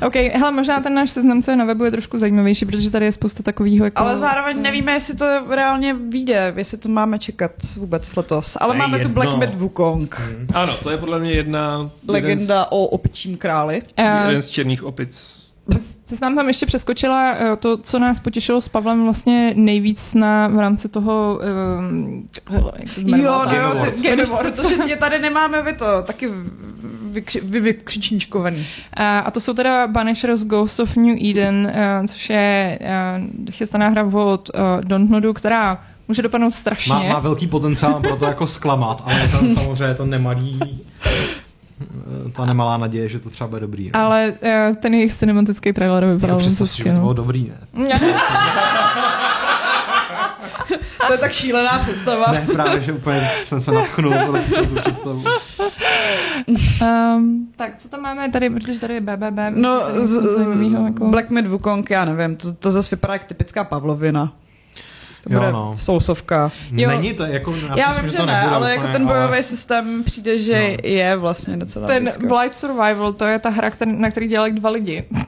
OK, hele, možná ten náš seznam, co je na webu, je trošku zajímavější, protože tady je spousta takového jako...
Ale zároveň nevíme, jestli to reálně vyjde, jestli to máme čekat vůbec letos. Ale
To je
máme tu
jedno.
Black Myth Wukong.
Ano, to je podle mě jedna
Legenda o občím králi.
Jeden z,
Eh,
jeden z černých opic.
Ty jsi nám tam ještě přeskočila eh, to, co nás potěšilo s Pavlem vlastně nejvíc na, v rámci toho, um, jak se to
Jo, no
jmenovalo?
jo,
Awards.
ty, Game Awards. [laughs] protože mě tady nemáme vy to, taky vykři,
[laughs]
vy, vykřičníčkovaný.
A, a to jsou teda Banishers Ghost of New Eden, eh, což je eh, chystaná hra od eh, Dontnodu, která může dopadnout strašně.
Má, má velký potenciál pro to jako zklamat, ale je
[laughs]
tam samozřejmě to nemalý, eh, ta nemalá naděje, že to třeba bude dobrý. no.
Ale eh, ten jejich cinematický trailer
Jo,
vypadal
představ si, že by
no. [laughs]
to bylo dobrý, ne?
To je tak šílená představa.
Ne, právě, že úplně jsem se natchnul pro tu představu.
Um, tak, co tam máme tady, protože tady je BBB.
No,
tady
z,
něco jiného,
jako... Black Mid Wukong, já nevím, to, to zase vypadá jak typická Pavlovina. To
Jo,
bude
no.
sousovka.
Jo.
Není to, jako... Já, si
Já
myslím,
vím, že
to
ne,
nebude
ale
úplně,
jako ten bojový systém přijde, že no. je vlastně docela
Ten
blízko.
Blight Survival, to je ta hra, který, na který dělají dva lidi. [laughs]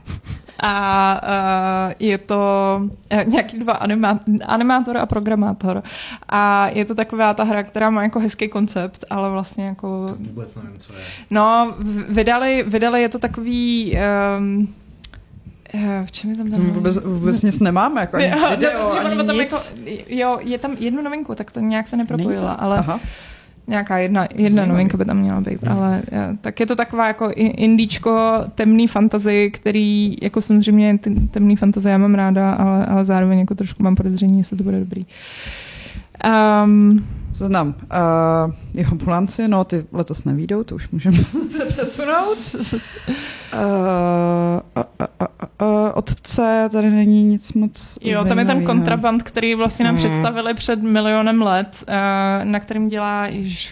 A uh, je to eh, nějaký dva anima- animátor a programátor. A je to taková ta hra, která má jako hezký koncept, ale vlastně jako...
Vůbec nevím, co je.
No, v- vydali, vydali je to takový... Um, eh, v čem je tam
K tomu
ten-
vůbec, vůbec nic nemáme, jako ani
[laughs] Jo, no,
video,
protože ono
ani
tam
nic.
jako, jo, je tam jednu novinku, tak to nějak se nepropojila, ale
Aha.
nějaká jedna, jedna
Zajímavý. Hmm.
novinka by tam měla být, ale eh, tak je to taková jako i- indíčko temný fantazy, který jako samozřejmě ty temný fantazy já mám ráda, ale, ale zároveň jako trošku mám podezření, jestli to bude dobrý. Um,
Seznam. Uh, jeho ambulanci, no ty letos nevídou, to už můžeme [laughs] se přesunout. Uh, a, a, a, a, a, od C tady není nic moc
jo, tam je ten
zajímavého.
kontraband, který vlastně nám
Hmm.
Mm.
představili před milionem let, eh, na kterým dělá,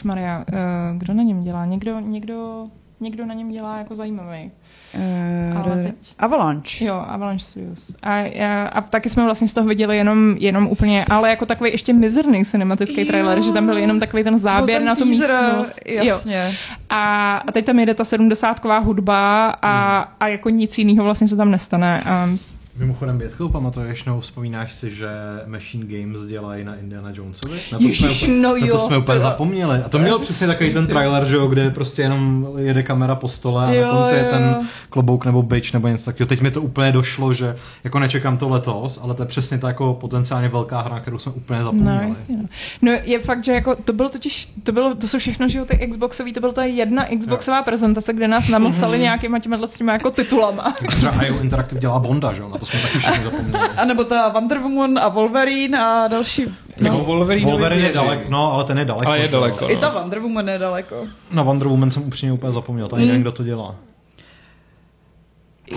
Maria, eh, kdo na něm dělá? Někdo, někdo, někdo na něm dělá jako zajímavý.
Eh,
Ale
ra- ra-
teď-
Avalanche.
Jo, Avalanche Studios. A, a, a taky jsme vlastně z toho viděli jenom, jenom úplně, ale jako takový ještě mizerný cinematický
Jo.
trailer, že tam byl jenom takový ten
To byl
záběr
ten
na tu
teaser,
místnost. Jo.
Jasně.
A, a teď tam jede ta sedmdesátková hudba a, a jako nic jiného vlastně se tam nestane. A,
Mimochodem, Bětko, pamatuješ, no, vzpomínáš si, že Machine Games dělají na Indiana Jonesovi? Na to
Ježiš,
jsme, úplně-
no
na
jo,
to jsme úplně
to-
zapomněli. A to měl přesně takový ten trailer, že jo, kde prostě jenom jede kamera po stole a
Jo,
na konci je
jo, jo.
ten klobouk nebo bič nebo něco takového. Teď mi to úplně došlo, že jako nečekám to letos, ale to je přesně ta jako potenciálně velká hra, kterou jsme úplně
no,
zapomněli.
jasně, no. no, je fakt, že jako to bylo totiž, to, bylo, to jsou všechno, že jo, ty Xboxový, to byla ta jedna Xboxová prezentace, kde nás namlsali nějakýma těma s těma jako titulama.
Jak Třeba IO Interactive dělá Bonda, že jo, na to jsme taky všichni zapomněli.
A nebo ta Wonder Woman a Wolverine a další.
No.
Jako Wolverine,
Wolverine je
věřím.
daleko, no, ale ten je daleko.
Ale je
že jo.
daleko.
I ta Wonder Woman je daleko.
Na Wonder Woman jsem upřímně úplně zapomněl, to ani nevím,
Mm.
kdo to dělá.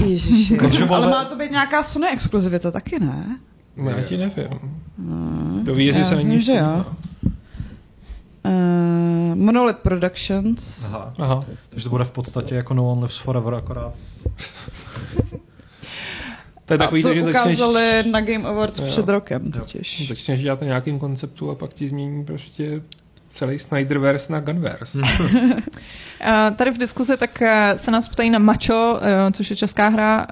Ježiši.
Jako
Protože Wolver-
Ale má to být nějaká Sony exkluzivita, taky ne?
no.
Já ti nevím. Kdo ví, jestli
Já
se
myslím,
není
že jo.
vtipná.
Uh, Monolith Productions.
Aha.
Aha.
Takže to bude v podstatě jako No One Lives Forever, akorát s-
To je takový,
a to
to, že začneš,
ukázali na Game Awards
Jo.
před rokem
Jo.
totiž.
začneš dělat na nějakém konceptu a pak ti změní prostě celý Snyderverse na Gunverse.
Hmm.
Eh, Tady v diskuzi tak eh, se nás ptají na Macho, eh, což je česká hra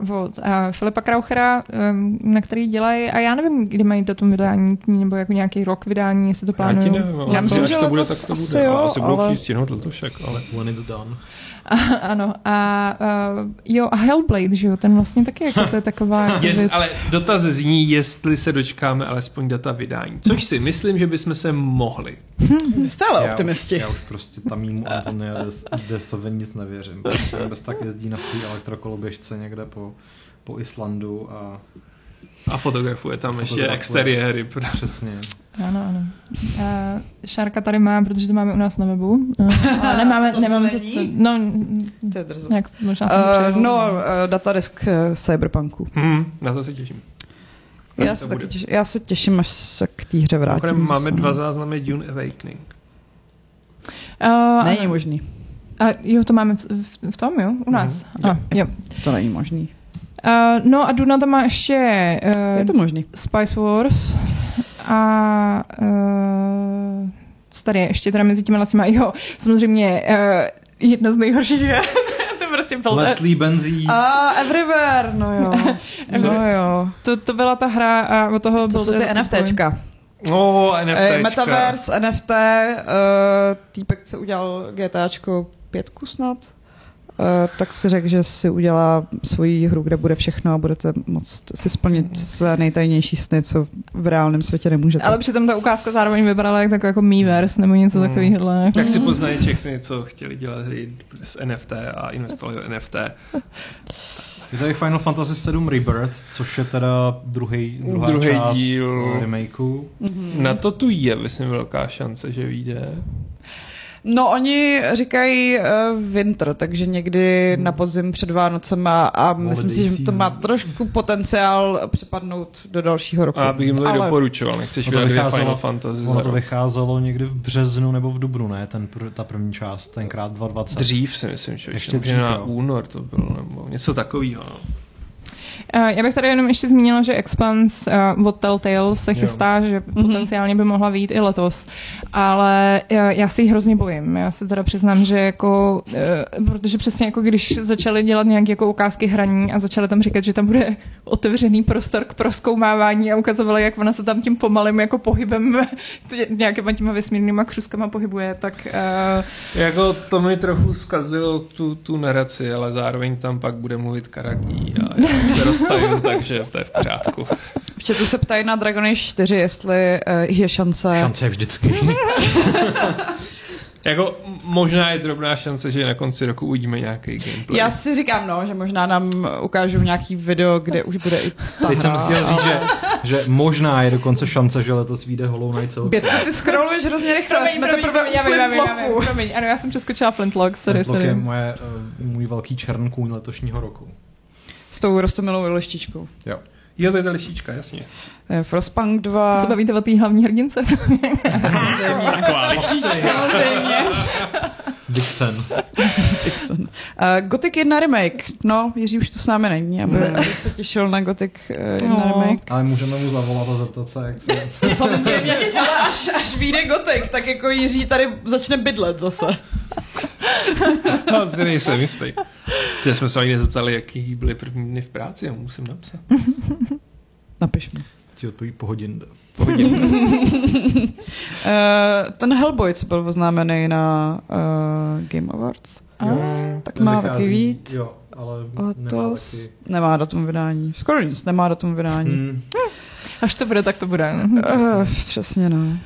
eh, od eh, Filipa Krauchera, eh, na který dělají, a já nevím, kdy mají datum vydání, nebo jako nějaký rok vydání, jestli to
Já ti
plánují.
nevím, ale
Já myslím,
až
že
to bude,
letos
tak to bude.
asi jo,
ale asi budou
ale-
chtít stihnout letošek, ale...
When It's Done.
Ano, a eh, jo, a Hellblade, že jo, ten vlastně taky jako to je taková
[laughs]
jako
Jest,
věc.
ale dotaz zní, jestli se dočkáme alespoň data vydání, což si myslím, že bychom se mohli.
Vy jste ale
já Už,
optimisti.
já už prostě tamnímu Antonia Des- Desovi nic nevěřím. Prostě bez tak jezdí na svý elektrokoloběžce někde po, po Islandu a
A fotografuje tam ještě
Fotografuje.
exteriéry. pro-
přesně.
Ano, ano. Eh, Šárka tady má, protože to máme u nás na webu. [laughs] Eh, Ale nemáme,
Tam to
nemáme
není?
to, Eh, no,
To je drzost.
jak možná jsem to
Uh,
přejela.
no, uh, datadisk uh, Cyberpunku.
Hmm, na to se těším.
Já
to
se, taky
bude.
těším, já se těším, až se k té hře vrátím.
Mimochodem máme
zase.
dva záznamy Dune Awakening.
Eh,
Není možný.
A jo, to máme v, v, v tom, jo? U nás.
Mhm.
A, Ah, jo.
No, To není možný.
Uh, no a Duna tam má ještě
Je
uh,
to možný.
Spice Wars a uh, co tady je ještě teda mezi těmi lesima, jo, samozřejmě uh, jedna z nejhorších her. [laughs] to prostě byl,
Leslie Benzies.
A Everywhere, no
[laughs]
jo. no jo.
to, to byla ta hra a od toho
To
byl
jsou ty NFTčka.
No, NFTčka.
Eh, Metaverse, NFT, eh, týpek, co udělal GTAčko pětku snad, eh, tak si řekl, že si udělá svoji hru, kde bude všechno a budete moct si splnit své nejtajnější sny, co v reálném světě nemůžete.
Ale přitom ta ukázka zároveň vypadala jak takový jako Miiverse nebo něco
Hmm.
takového.
Jak si poznají všechny, co chtěli dělat hry s NFT a investovali do NFT.
Je tady Final Fantasy 7 Rebirth, což je teda druhý, druhá
Druhý
část
díl.
eh, remakeu.
Mhm.
Mm.
Na to tu je, myslím, velká šance, že vyjde.
No oni říkají uh, winter, takže někdy na podzim před Vánocema a myslím si, že to má trošku potenciál přepadnout do dalšího roku.
A já bych jim to
Ale-
doporučoval, nechceš
Ono to
vydat dvě
vycházelo-
Final Fantasy. za
Ono to
rok.
vycházelo někdy v březnu nebo v dubnu, ne? Ten, pr- ta první část, tenkrát 2020.
Dřív si myslím, že
Ještě
ještě dřív,
dřív,
na
jo.
únor to bylo, nebo něco takového. No.
Eh, Já bych tady jenom ještě zmínila, že Expanse eh, od Telltale se
Jo.
chystá, že potenciálně by mohla výjít i letos, ale eh, já si ji hrozně bojím. Já se teda přiznám, že jako, eh, protože přesně jako když začali dělat nějaké jako ukázky hraní a začali tam říkat, že tam bude otevřený prostor k proskoumávání a ukazovali, jak ona se tam tím pomalým jako pohybem [laughs] tě- nějakýma těma vesmírnýma křuskama pohybuje, tak eh,
Jako to mi trochu zkazilo tu, tu naraci, ale zároveň tam pak bude mluvit Karaký a já [laughs] se rozstavím, takže to je v pořádku.
V chatu se ptají na Dragon Age 4, jestli uh, je šance.
Šance je vždycky.
Jako m- možná je drobná šance, že na konci roku uvidíme nějaký gameplay.
Já si říkám, no, že možná nám ukážou nějaký video, kde už bude i ta
Teď jsem
hra.
chtěl říct, že, že možná je dokonce šance, že letos vyjde Hollow Knight Silk
Bětku, ty scrolluješ hrozně rychle,
promiň,
jsme
promiň,
teprve
promiň, já
u
vím, já vím, já vím,
Flintlocku.
promiň, ano, já jsem přeskočila Flintlock, sorry,
Flintlock je
sorry.
moje, eh, můj velký čern kůň letošního roku.
S tou rostomilou lištičkou.
Jo.
Jo, to je ta lištička, jasně.
Eh, Frostpunk
To
2.
se bavíte o té hlavní [laughs] hrdince?
Taková lištička.
Samozřejmě.
Dixon.
Dixon. Uh, Gothic 1 remake. No, Jiří už tu s námi není, aby,
Ne.
aby se těšil na Gothic uh, 1
No.
remake.
Ale můžeme mu zavolat a zeptat se, jak se...
Samozřejmě, ale až, až vyjde Gothic, tak jako Jiří tady začne bydlet zase.
[laughs] No, si nejsem jistý. Teď jsme se ani nezeptali, jaký byly první dny v práci, já mu musím napsat.
Napiš mi.
Ti odpoví po hodin.
Uh, ten Hellboy, co byl oznámený na uh, Game Awards, tak
Ten
má
vychází-
taky víc.
Jo, ale nemá
Letos
taky.
nemá datum vydání. Skoro nic nemá datum vydání. Hmm.
Hmm.
[laughs] Až to bude, tak to bude. no.
Uh, přesně no.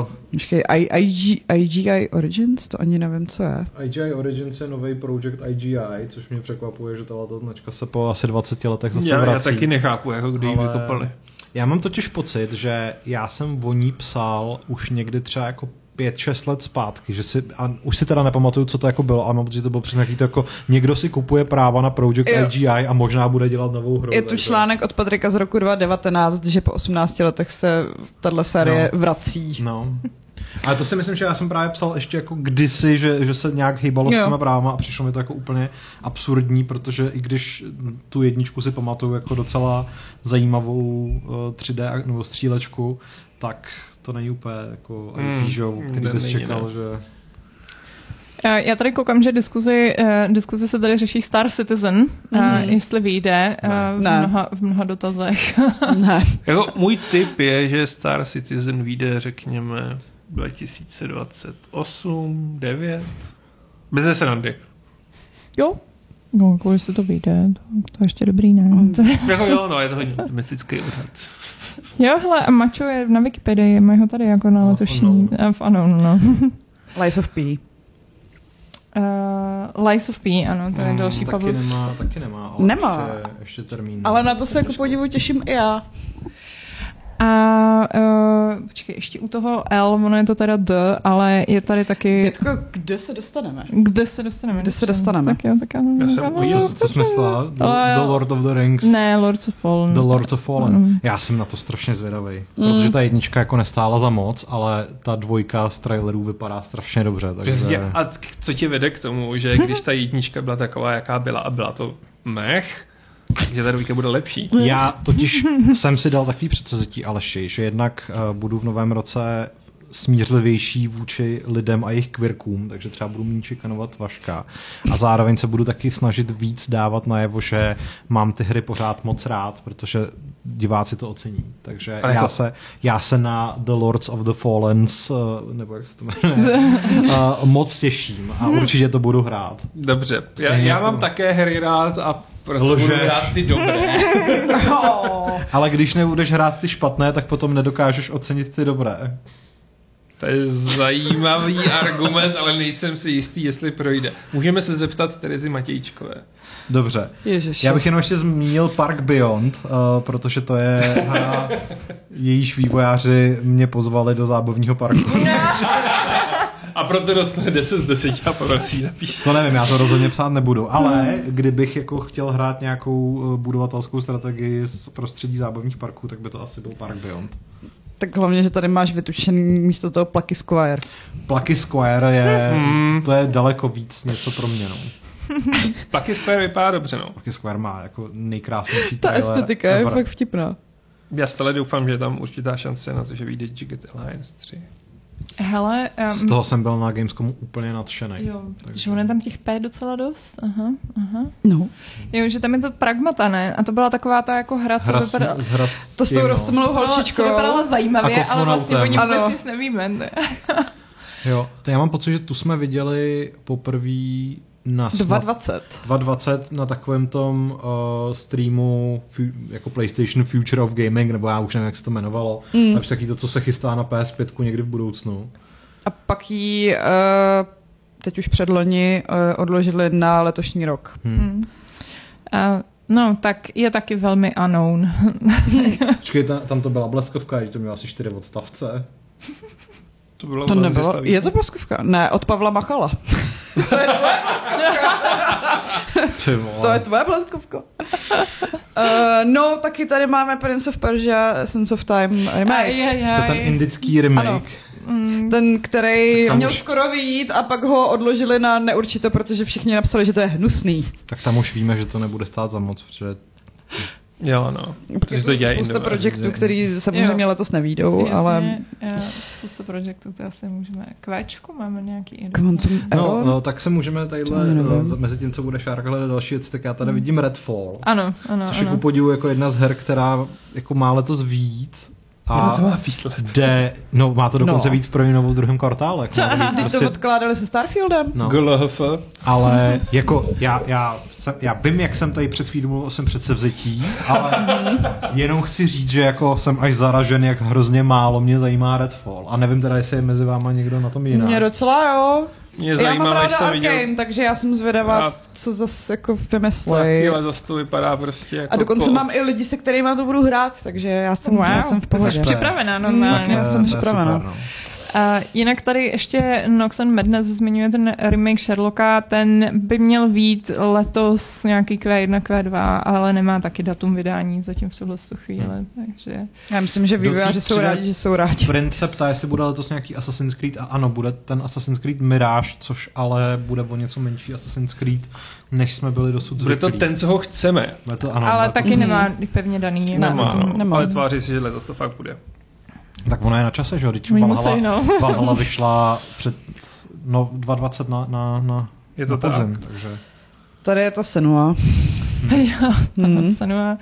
Uh,
Počkej, I- IG, IGI Origins? To ani nevím, co je.
IGI Origins je nový projekt IGI, což mě překvapuje, že tato značka se po asi 20 letech zase
Já, já
vrací.
taky nechápu, jako kdy ji
Ale-
vykopali.
Já mám totiž pocit, že já jsem o ní psal už někdy třeba jako 5-6 let zpátky, že si, a už si teda nepamatuju, co to jako bylo, ale mám pocit, že to bylo přesně nějaký to jako, někdo si kupuje práva na Project
Jo.
IGI a možná bude dělat novou hru.
Je tu
takže-
článek od Patrika z roku 2019, že po 18 letech se tahle série
[laughs]
no. vrací.
No. Ale to si myslím, že já jsem právě psal ještě jako kdysi, že, že se nějak hýbalo
Jo.
s těma právama a přišlo mi to jako úplně absurdní, protože i když tu jedničku si pamatuju jako docela zajímavou eh, 3D ak- nebo střílečku, tak to není úplně jako
Mm,
IP, že jo, který
ne,
bys
není,
čekal,
ne.
že...
Eh, Já tady koukám, že diskuzi, eh, diskuzi se tady řeší Star Citizen, mm-hmm.
Mhm.
jestli vyjde eh,
Ne.
v
Ne.
mnoha, v mnoha dotazech.
Ne.
Jako můj tip je, že Star Citizen vyjde, řekněme, 2028, 9. Bez srandy.
Jo?
No, kvůli se to vyjde, to, to ještě dobrý ne.
Mm.
Jako jo, no, je to hodně optimistický odhad.
Jo, hele, a Macho je na Wikipedii, mají ho tady jako na
No,
letošní. eh, V ano, no.
Lies of P.
Uh, Lies of P, ano, to je
Mm,
další
taky
Pavlov.
nemá, taky nemá, ale
Nemá.
Ještě, ještě termín.
Ale na to se jako podivu těším i já.
A uh, počkej, ještě u toho L, ono je to teda D, ale je tady taky...
Pětko, kde se dostaneme?
Kde se dostaneme?
Kde se
dobře.
dostaneme?
Tak jo, tak já,
Já jsem
já-
o
Co, co jsi myslela? The,
Ale-
the Lord of the Rings?
Ne, Lords of Fallen.
The Lords of Fallen.
Mm.
Já jsem na to strašně zvědavý,
Mm.
protože ta jednička jako nestála za moc, ale ta dvojka z trailerů vypadá strašně dobře,
Přesně.
takže...
A t- co tě vede k tomu, že když ta jednička byla taková, jaká byla a byla to mech, že ta dvojka bude lepší.
Já totiž [laughs] jsem si dal takový předsevzetí Aleši, že jednak eh, budu v novém roce smířlivější vůči lidem a jejich kvirkům, takže třeba budu méně šikanovat Vaška. A zároveň se budu taky snažit víc dávat najevo, že mám ty hry pořád moc rád, protože diváci to ocení. Takže
Ale
já
jako-
se, já se na The Lords of the Fallens, eh, nebo jak se to jmenuje, eh, moc těším a určitě to budu hrát.
Dobře, já,
Stejně
já
jako-
mám také hry rád a proto
Lžeš.
budu rád ty [laughs] dobré.
[laughs] Oh.
Ale když nebudeš hrát ty špatné, tak potom nedokážeš ocenit ty dobré.
To je zajímavý argument, ale nejsem si jistý, jestli projde. Můžeme se zeptat Terezy Matějčkové.
Dobře.
Ježiš.
Já bych jenom ještě zmínil Park Beyond, uh, protože to je hra, jejíž vývojáři mě pozvali do zábavního parku.
A proto dostane 10 z 10 a povrcí napíše.
[laughs] To nevím, já to rozhodně psát nebudu, ale kdybych jako chtěl hrát nějakou eh, budovatelskou strategii z prostředí zábavních parků, tak by to asi byl Park Beyond.
Tak hlavně, že tady máš vytušený místo toho plaky Squire.
Plucky Square je,
Hmm.
Mhm.
to je daleko víc něco pro mě. No.
Plaky Square vypadá dobře, no.
Plucky Square má jako nejkrásnější
Ta
trailer
estetika je
ever.
fakt vtipná.
Já stále doufám, že je tam určitá šance na to, že vyjde Jigget Alliance 3.
Hele,
Z toho jsem byl na Gamescomu úplně nadšený.
jo, protože ono je tam těch P docela dost. Aha, aha.
No.
Jo, že tam je to pragmata, ne? A to byla taková ta jako hra, co
Hra, s,
vypadala...
hra
To s tou
tím, no.
rostomilou holčičkou.
No, co vypadala zajímavě,
A
ale vlastně o ní
kosmonautem.
vůbec
Ano.
nic nevíme. Ne?
Jo, to já mám pocit, že tu jsme viděli poprvé na snad
2,20.
2.20 na takovém tom uh, streamu fu- jako PlayStation Future of Gaming, nebo já už nevím, jak se to jmenovalo, mm.
Mm.
ale prostě taky to, co se chystá na PS5 někdy v budoucnu.
A pak ji uh, teď už předloni uh, odložili na letošní rok.
Hmm.
Hmm. A, no, tak je taky velmi unknown.
Počkej, ta, tam to byla bleskovka, že to mělo asi čtyři odstavce.
To bylo
To
velmi
nebylo,
zastavící.
je to plaskovka? Ne, od Pavla [laughs] Machala.
[laughs] Ty
To je
vole.
tvoje plaskovka. uh, no, taky tady máme Prince of Persia, Sense of Time
A
remake.
je,
to je ten indický remake.
Ano.
Mm,
Ten, který
Tak tam
měl
už-
skoro vyjít a pak ho odložili na neurčito, protože všichni napsali, že to je hnusný.
Tak tam už víme, že to nebude stát za moc, protože
Jo, no. Protože to dělají
Spousta
indové.
projektů, který samozřejmě
Jo.
letos nevídou,
Jasně,
ale...
eh, Spousta projektů, to asi můžeme. Kváčku máme nějaký
Quantum
No,
Error?
no, tak se můžeme tadyhle,
To nevím. Mm.
eh, mezi tím, co bude Šárka hledat další věci, tak já tady vidím Redfall.
Ano, ano,
Což je ku
ano.
podivu jako jedna z her, která jako má letos víc.
A
A
to má výsledek.
jde, no má to dokonce
No.
víc v prvním nebo v druhém kvartále. Jako má to být
prostě-
Teď to odkládali se Starfieldem.
no.
GLHF.
Ale jako já, já, jsem, já vím, jak jsem tady před chvílí mluvil o svém předsevzetí, ale jenom chci říct, že jako jsem až zaražen, jak hrozně málo mě zajímá Redfall. A nevím teda, jestli je mezi váma někdo na tom jinak.
Mě docela jo.
Mě
já mám
zajímalo,
ráda
až jsem
Arkane,
viděl,
takže já jsem zvědavá,
Já-
co zase jako
Taky,
vymyslej.
ale zase to vypadá prostě jako
A dokonce
koop.
mám i lidi, se kterými to budu hrát, takže já jsem,
Wow,
já jsem v pohodě.
jsi připravená
Mm,
normálně.
tak já
To je-
jsem
to je
připravená.
super, no.
A jinak tady ještě Nox and Madness zmiňuje ten remake Sherlocka, ten by měl být letos nějaký Q1, Q2, ale nemá taky datum vydání zatím v tuhle chvíli, hmm. takže...
Já myslím, že
Do tří
vývojáři jsou
přidat-
rádi, že jsou rádi.
Prince se ptá, jestli bude letos nějaký Assassin's Creed a ano, bude ten Assassin's Creed Mirage, což ale bude o něco menší Assassin's Creed, než jsme byli dosud
Bude to
zvyklí.
ten, co ho chceme.
Bude to, ano, no.
ale
bude to-
taky
Mhm.
nemá pevně daný.
Ne,
Nemá, no.
nemá.
Ale tváří si, že letos to fakt bude.
Mhm. Tak ono je na čase, že jo? Teď
Oni
Valhalla,
musí,
[laughs]
no.
Valhalla vyšla před no, 2.20 na, na, na,
Je to
na
tak.
podzim, takže...
Tady je ta Senua.
jo, [laughs]
Mhm.
Senua.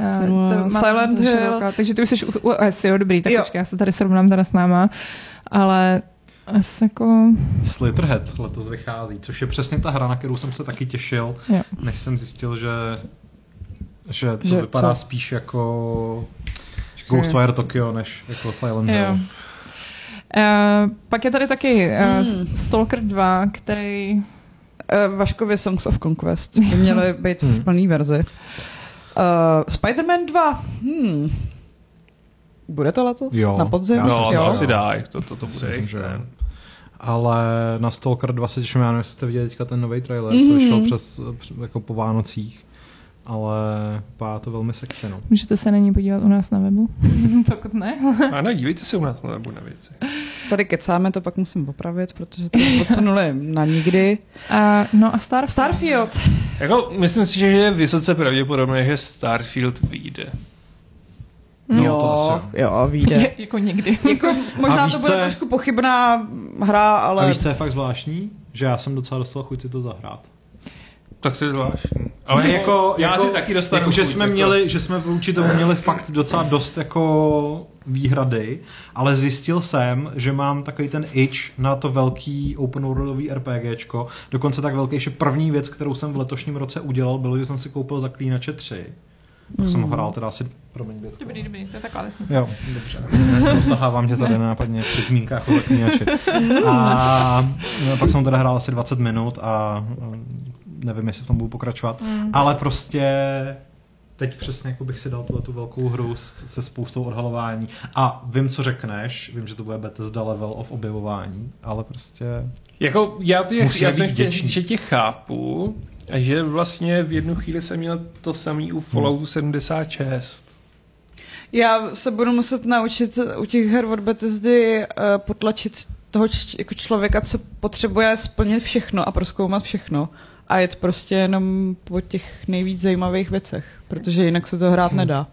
eh,
Senua,
to má
Silent
to
Hill.
Sherlocka, Takže ty už jsi u, u US, jo, dobrý, tak
Jo.
počkej, já se tady srovnám teda s náma, ale asi jako...
Slitherhead letos vychází, což je přesně ta hra, na kterou jsem se taky těšil,
Jo.
než jsem zjistil, že že to
Že
vypadá
co?
spíš jako Ghostwire Tokyo, než jako Silent
Jo.
Hill.
Uh, pak je tady taky uh,
Mm.
Stalker 2, který
Uh, Vaškově Songs of Conquest
[laughs]
by měly být
Hmm.
v plný verzi. Uh, Spider-Man 2. Hmm. Bude to letos?
Jo.
Na podzim?
Já si
no,
myslím,
to
že
asi
jo.
dá, to, to, to
Já si
bude.
myslím, že
jejich ten.
Ale na Stalker 2 se těším, já nevím, jestli jste viděli teďka ten nový trailer, mm-hmm. co
Mhm.
vyšel přes, přes, jako po Vánocích, ale vypadá to velmi sexy, no.
Můžete se na ní podívat u nás na webu, [laughs] pokud ne.
[laughs]
[laughs]
Ano, dívejte se u nás na webu na věci.
Tady kecáme, to pak musím popravit, protože to odsunuli na nikdy.
A, no a Starfield.
Starfield.
Jako, myslím si, že je vysoce pravděpodobné, že Starfield vyjde.
No,
jo,
to asi jo.
jo,
[laughs]
vyjde.
jako
[laughs]
nikdy.
jako,
A
možná
víš,
to
co
bude
je-
trošku pochybná hra,
Ale... A
ale
víš, co je fakt zvláštní? Že já jsem docela dostal chuť si to zahrát.
Tak to je zvláštní. Ale jako, já si taky dostanu
Jako, že
chuť,
jsme
jako.
měli, že jsme vůči tomu měli fakt docela dost jako výhrady, ale zjistil jsem, že mám takový ten itch na to velký open worldový RPGčko, dokonce tak velký, že první věc, kterou jsem v letošním roce udělal, bylo, že jsem si koupil Zaklínače 3. Pak
Hmm.
jsem ho hrál teda asi, promiň, Bětko.
Dobrý, dobrý, to je taková vesnice.
Jo, dobře. [laughs] Zahávám tě tady nápadně při zmínkách o Zaklínači. A no, pak jsem teda hrál asi 20 eh, minut a mm, nevím, jestli v tom budu pokračovat.
Mm.
Ale prostě teď přesně jako bych si dal tuhle tu velkou hru s- se spoustou odhalování. A vím, co řekneš, vím, že to bude Bethesda level of objevování, ale prostě...
Jako já, ty,
Musíme
já jsem
být
chtěl
vděční.
říct, že tě chápu a že vlastně v jednu chvíli jsem měl to samý u
Hmm.
Falloutu 76.
Já se budu muset naučit u těch her od Bethesdy uh, potlačit toho č- jako člověka, co potřebuje splnit všechno a proskoumat všechno. A jet prostě jenom po těch nejvíc zajímavých věcech, protože jinak se to hrát nedá.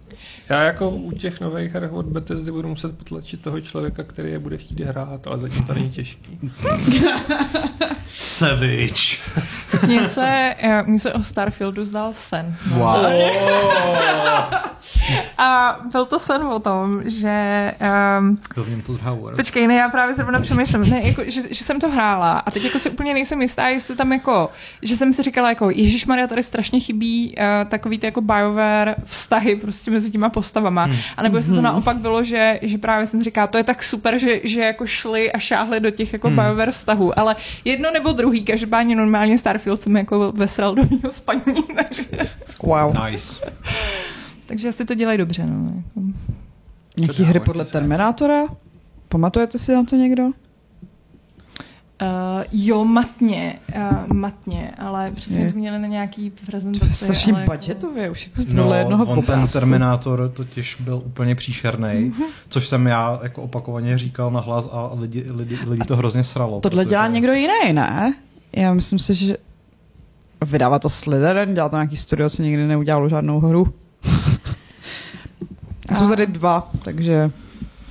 Já jako u těch nových her od Bethesdy budu muset potlačit toho člověka, který je bude chtít hrát, ale zatím to není těžký.
Savage!
Mně se, eh, mně se o Starfieldu zdal sen.
Wow!
A byl to sen o tom, že um,
Byl v něm to druhá War.
Počkej, ne, já právě zrovna přemýšlím, ne, jako, že, že, jsem to hrála a teď jako si úplně nejsem jistá, jestli tam jako, že jsem si říkala jako, Ježíš Maria, tady strašně chybí uh, takový ty jako BioWare vztahy prostě mezi těma postavama. Hmm. A nebo jestli to naopak bylo, že, že právě jsem říká, to je tak super, že, že jako šli a šáhli do těch jako hmm. BioWare vztahů, ale jedno nebo druhý, každopádně normálně Starfield jsem jako vesel do mého spaní, [laughs] takže,
Wow.
Nice.
takže asi to dělají dobře, no. jako.
Nějaký hry podle Terminátora? Pamatujete si na to někdo?
Uh, jo, matně, uh, matně, ale přesně
Je.
to měli na nějaký
To je
prezentaci.
strašně
ale
budgetově, už jako
No,
no, jednoho
on ten
obrázku.
Terminátor totiž byl úplně příšerný,
Mhm.
což jsem já jako opakovaně říkal na hlas a lidi, lidi, lidi to hrozně sralo.
Tohle
protože-
dělá někdo jiný, ne? Já myslím si, že vydává to Slytherin, dělá to nějaký studio, co nikdy neudělalo žádnou hru. A jsou tady dva, [laughs] takže...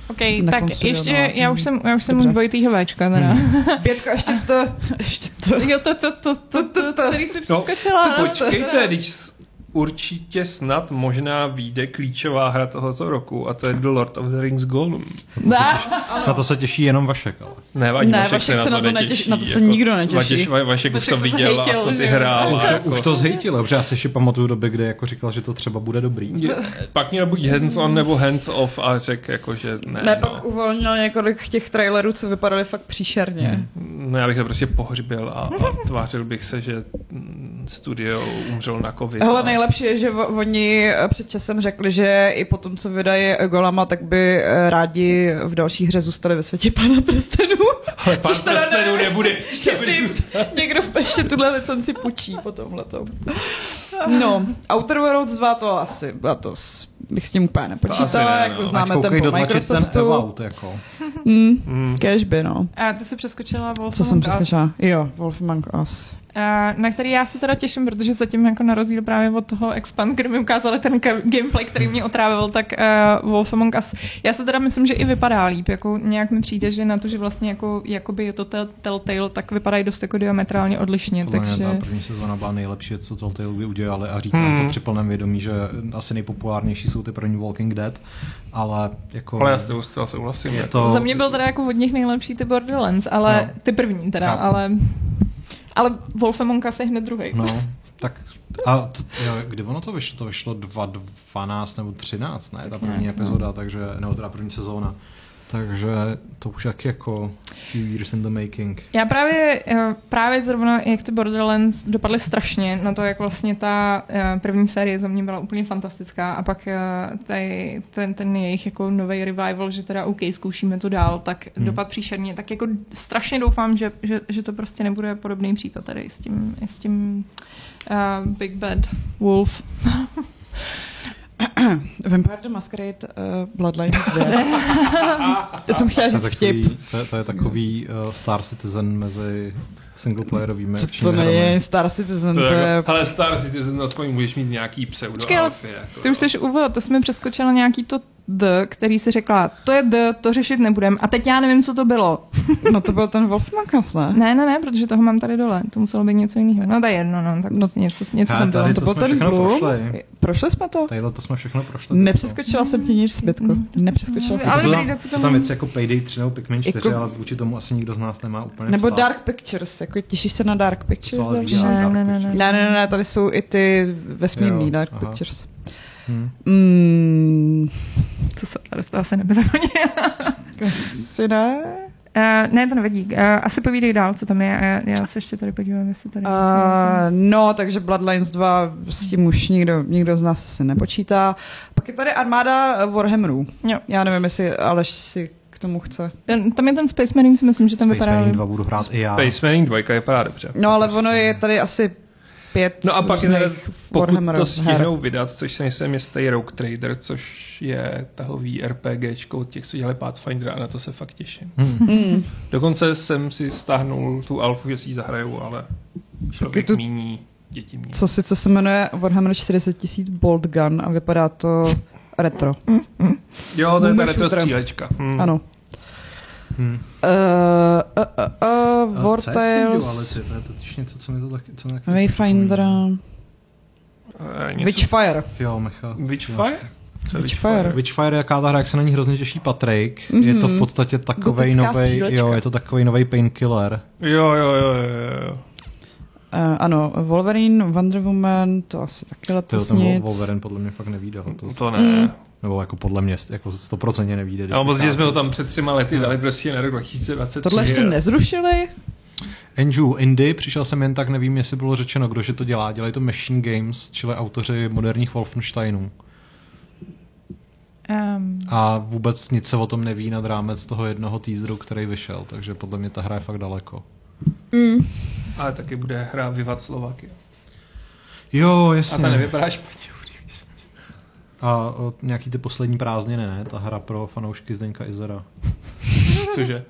Ok, tak
Nekonsolidovaná.
ještě, já už jsem, já už jsem
no. Dobře. Hmm.
dvojitýho Včka, teda.
Pětka, ještě to, ještě
[laughs]
to.
Jo, to, to, to, to, to, to, který jsi
No,
přeskočila. no, to-
[laughs] Počkejte, když s- určitě snad možná vyjde klíčová hra tohoto roku a to je The Lord of the Rings Gollum.
Ne,
Na to se těší jenom Vašek, ale.
Ne, ani
Ne,
Vašek,
Vašek
se na to netěší. jako-
na to se nikdo netěší.
Vašek, Va- Vašek už
Vašek
to
to
viděl a
zhejtil,
snad
že
i
jo?
hrál.
už,
a
to,
jako-
už to zhejtilo, protože já si ještě pamatuju doby, kdy jako říkal, že to třeba bude dobrý.
Je- Pak měl buď hands on nebo hands off a řekl jako, že ne.
ne,
no.
pak uvolnil několik těch trailerů, co vypadaly fakt příšerně.
No já bych to prostě pohřbil a, a tvářil bych se, že mm, studio umřelo na covid. no.
Hele,
a-
nejlepší je, že vo- oni eh, před časem řekli, že i po tom, co vydají eh, Golama, tak by eh, rádi v další hře zůstali ve světě [laughs] Pana prstenů.
Ale pán
Což teda
prstenů
nevím,
nebude.
Jestli jim někdo ještě tuhle licenci půjčí po tomhletom. No, Outer Worlds 2 to asi, já to s- bych s tím úplně
To asi
nepočítala,
ne,
ne,
no.
jako
Ať
známe
Ať koukej
ten po
dotlačit ten
Microsoftu.
out, jako.
Mm,
Mm.
cash by, no.
A ty jsi přeskočila Wolf
Co jsem přesvědčila? Jo, Wolf Among Us.
Na který já se teda těším, protože zatím jako na rozdíl právě od toho Expand, kde mi ukázali ten ka- gameplay, který mě otrávil, tak uh, Wolf Among Us. Já se teda myslím, že i vypadá líp. Jako nějak mi přijde, že na to, že vlastně jako, jakoby je to tel- Telltale, tak vypadají dost jako diametrálně odlišně.
Podle mě
takže...
ta první sezóna byla nejlepší, co Telltale kdy udělali a říkám
Hmm.
to při plném vědomí, že asi nejpopulárnější jsou ty první Walking Dead, ale jako...
Ale já s tebou zcela souhlasím.
Je
jako.
to-
Za mě byl teda jako od nich nejlepší ty Borderlands, ale
No.
no. ty první teda,
Chápu.
no. ale... Ale Wolf Among Us je hned druhý. No.
No, tak a t- jo, kdy ono to vyšlo? To vyšlo 2.12 nebo 13, ne? Ta první epizoda, takže, nebo teda první sezóna. Takže to už jak jako few years in the making.
Já právě, eh, právě zrovna, jak ty Borderlands dopadly strašně na to, jak vlastně ta eh, první série za mě byla úplně fantastická a pak eh, taj, ten, ten jejich jako nový revival, že teda OK, zkoušíme to dál, tak
Hmm.
hmm. dopad příšerně, tak jako strašně doufám, že, že, že to prostě nebude podobný případ tady s tím, s tím uh, Big Bad Wolf.
[clears throat] Vampire the Masquerade uh, Bloodline 2. [laughs] Já jsem chtěla
To je
říct vtip.
takový, to je, to je takový uh, Star Citizen mezi singleplayerovými
Co to není Star Citizen,
To
to
je
je...
jako, hele, Star Citizen, aspoň můžeš mít nějaký pseudo
Počkej, ale
alfy, jako,
Ty už
no.
jsi uvedla, to jsme přeskočila nějaký to D, který si řekla, to je D, to řešit nebudem. A teď já nevím, co to bylo.
No to byl ten Wolf Makas, ne?
Ne, ne, ne, protože toho mám tady dole. To muselo být něco jiného. No to je jedno, no, tak prostě něco, něco
Já
tam bylo.
tady
To
To
byl
jsme
ten
všechno
Bloom.
prošli.
Prošli jsme to?
Tadyhle to jsme všechno prošli.
Nepřeskočila jsem ti nic, Zbytko. Nepřeskočila jsem
Mm. Ale
Ale jsou,
ti
dobrý,
nic.
tam,
tak
jsou
tam-
tam věci jako Payday 3 nebo Pikmin 4,
Jako-
jako... ale vůči tomu asi nikdo z nás nemá úplně
Nebo
vztah.
Dark Pictures, jako těšíš se na Dark
To jsou
Pictures?
ale
Dark-
výdělky
Ne,
Dark
ne, ne,
Pictures.
Ne, ne, ne, tady jsou i ty vesmírný
Jo,
Dark
aha.
Pictures.
Hm.
Mm,
[laughs] To se, to se nebylo
asi ne.
Uh, ne, to nevadí. Uh, asi povídej dál, co tam je. a Já, já se ještě tady podívám, jestli tady...
Uh, no, takže Bloodlines 2 s tím už nikdo, nikdo z nás se nepočítá. Pak je tady armáda Warhammerů.
Jo.
Já nevím, jestli Aleš si k tomu chce.
Ten- Tam je ten Space Marine, si myslím, že tam
Space
vypadá...
Marine 2 budu hrát i já.
Space Marine 2 vypadá dobře.
No, ale ono je tady asi pět
prostě No a pak je
různých
teda, pokud to
Warhammerových her.
stihnou vydat, což se nejsem jistý, Rogue Trader, což je tahový RPGčko od těch, co dělali Pathfinder a na to se fakt těším.
Hmm.
Dokonce jsem si stáhnul tu alfu, že si ji zahraju, ale člověk
tu-
tu... míní, děti míní.
Co sice se jmenuje Warhammer 40 000 Bolt Gun a
[laughs]
vypadá to retro.
Jo, to je ta
Boomer
retro
shooter.
střílečka.
No.
Hmm.
Ano.
Hmm.
Uh, uh, uh,
A
uh, War
Eh, co je Silvio, ale
Tales,
ty- To je totiž něco, co mi to taky... Co mi taky
Wayfinder,
Eh, něco-
Witchfire.
Jo, Michal.
Witchfire? Co je
Witchfire.
Witchfire je jaká ta hra, jak se na ní hrozně těší Patrik.
Mhm.
Mm-hmm. Je to v podstatě takovej
Gotická
nový,
střílečka.
jo, je to takovej nový painkiller.
Jo, jo, jo, jo, jo.
Uh, ano, Wolverine, Wonder Woman, to asi taky
To
letos
ten Wol-
nic.
Wolverine podle mě fakt nevíde. ho, No To,
To ne.
Mm.
nebo jako podle mě jako stoprocentně nevíde. když
No, moc, že
vychází.
jsme ho tam před třema lety dali prostě na rok 2023.
Tohle ještě
jo.
nezrušili?
Andrew Indy, přišel jsem jen tak, nevím, jestli bylo řečeno, kdo že to dělá. Dělají to Machine Games, čili autoři moderních Wolfensteinů.
Um,
A vůbec nic se o tom neví nad rámec toho jednoho teaseru, který vyšel, takže podle mě ta hra je fakt daleko.
Ale taky bude hra Vivat Slovakia.
Jo,
A
jasně.
ta nevypadá špatně.
A o, nějaký ty poslední prázdniny, ne? Ta hra pro fanoušky Zdeňka Izera.
[laughs] Cože?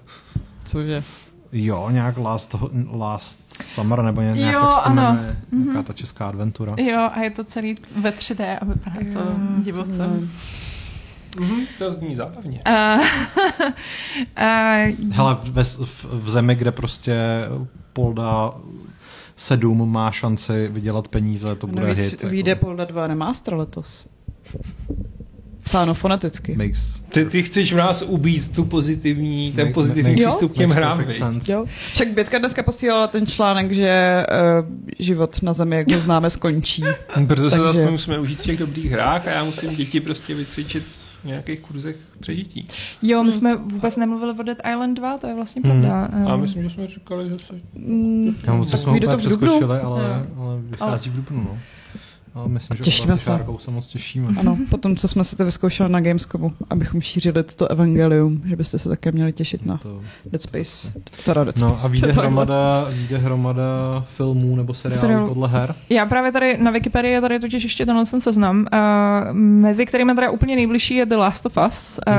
Cože?
Jo, nějak Last, last Summer, nebo ně- nějak
Jo,
jak se to
ano.
jmenuje,
Mhm.
nějaká ta česká adventura.
jo, a je to celý ve 3D a
Eh,
vypadá to divoce.
Mhm, to zní zábavně.
[laughs] Uh, uh,
Hele, ve, v, v zemi, kde prostě Polda 7 má šanci vydělat peníze, to bude
Navíc
hit. jako.
vyjde Polda 2 Remaster letos. Psáno foneticky.
Makes,
Ty, ty chceš v nás ubít tu pozitivní, ten
make-
pozitivní
makes-
přístup k těm
makes
hrám,
perfect
viď?
sense.
Jo. Však Bětka dneska posílala ten článek, že uh, život na Zemi, jak ho známe, skončí.
Protože se
Takže-
zase musíme užít v těch dobrých hrách a já musím děti prostě vycvičit v nějakých kurzech pro dětí.
jo, my jsme vůbec nemluvili o Dead Island 2, to je vlastně
Hmm.
Hmm. pravda.
A
Ehm,
myslím, že jsme říkali, že se...
Mm,
Já moc
tak
jsme ho
vyjde
úplně
to v dubnu.
přeskočili, ale, ale vychází v Dubnu, no. Ale myslím, že
Těšíme
oba s
se.
Šárkou se moc těšíme.
Ano, potom, co jsme si to vyzkoušeli na Gamescomu, abychom šířili toto evangelium, že byste se také měli těšit na
To-
Dead Space. Teda Dead Space.
No a [laughs] vyjde hromada, vyjde hromada filmů nebo
Seriálu.
seriálů podle her.
Já právě tady na Wikipedii je tady totiž ještě tenhle ten seznam, uh, mezi kterými teda úplně nejbližší je The Last of Us, uh,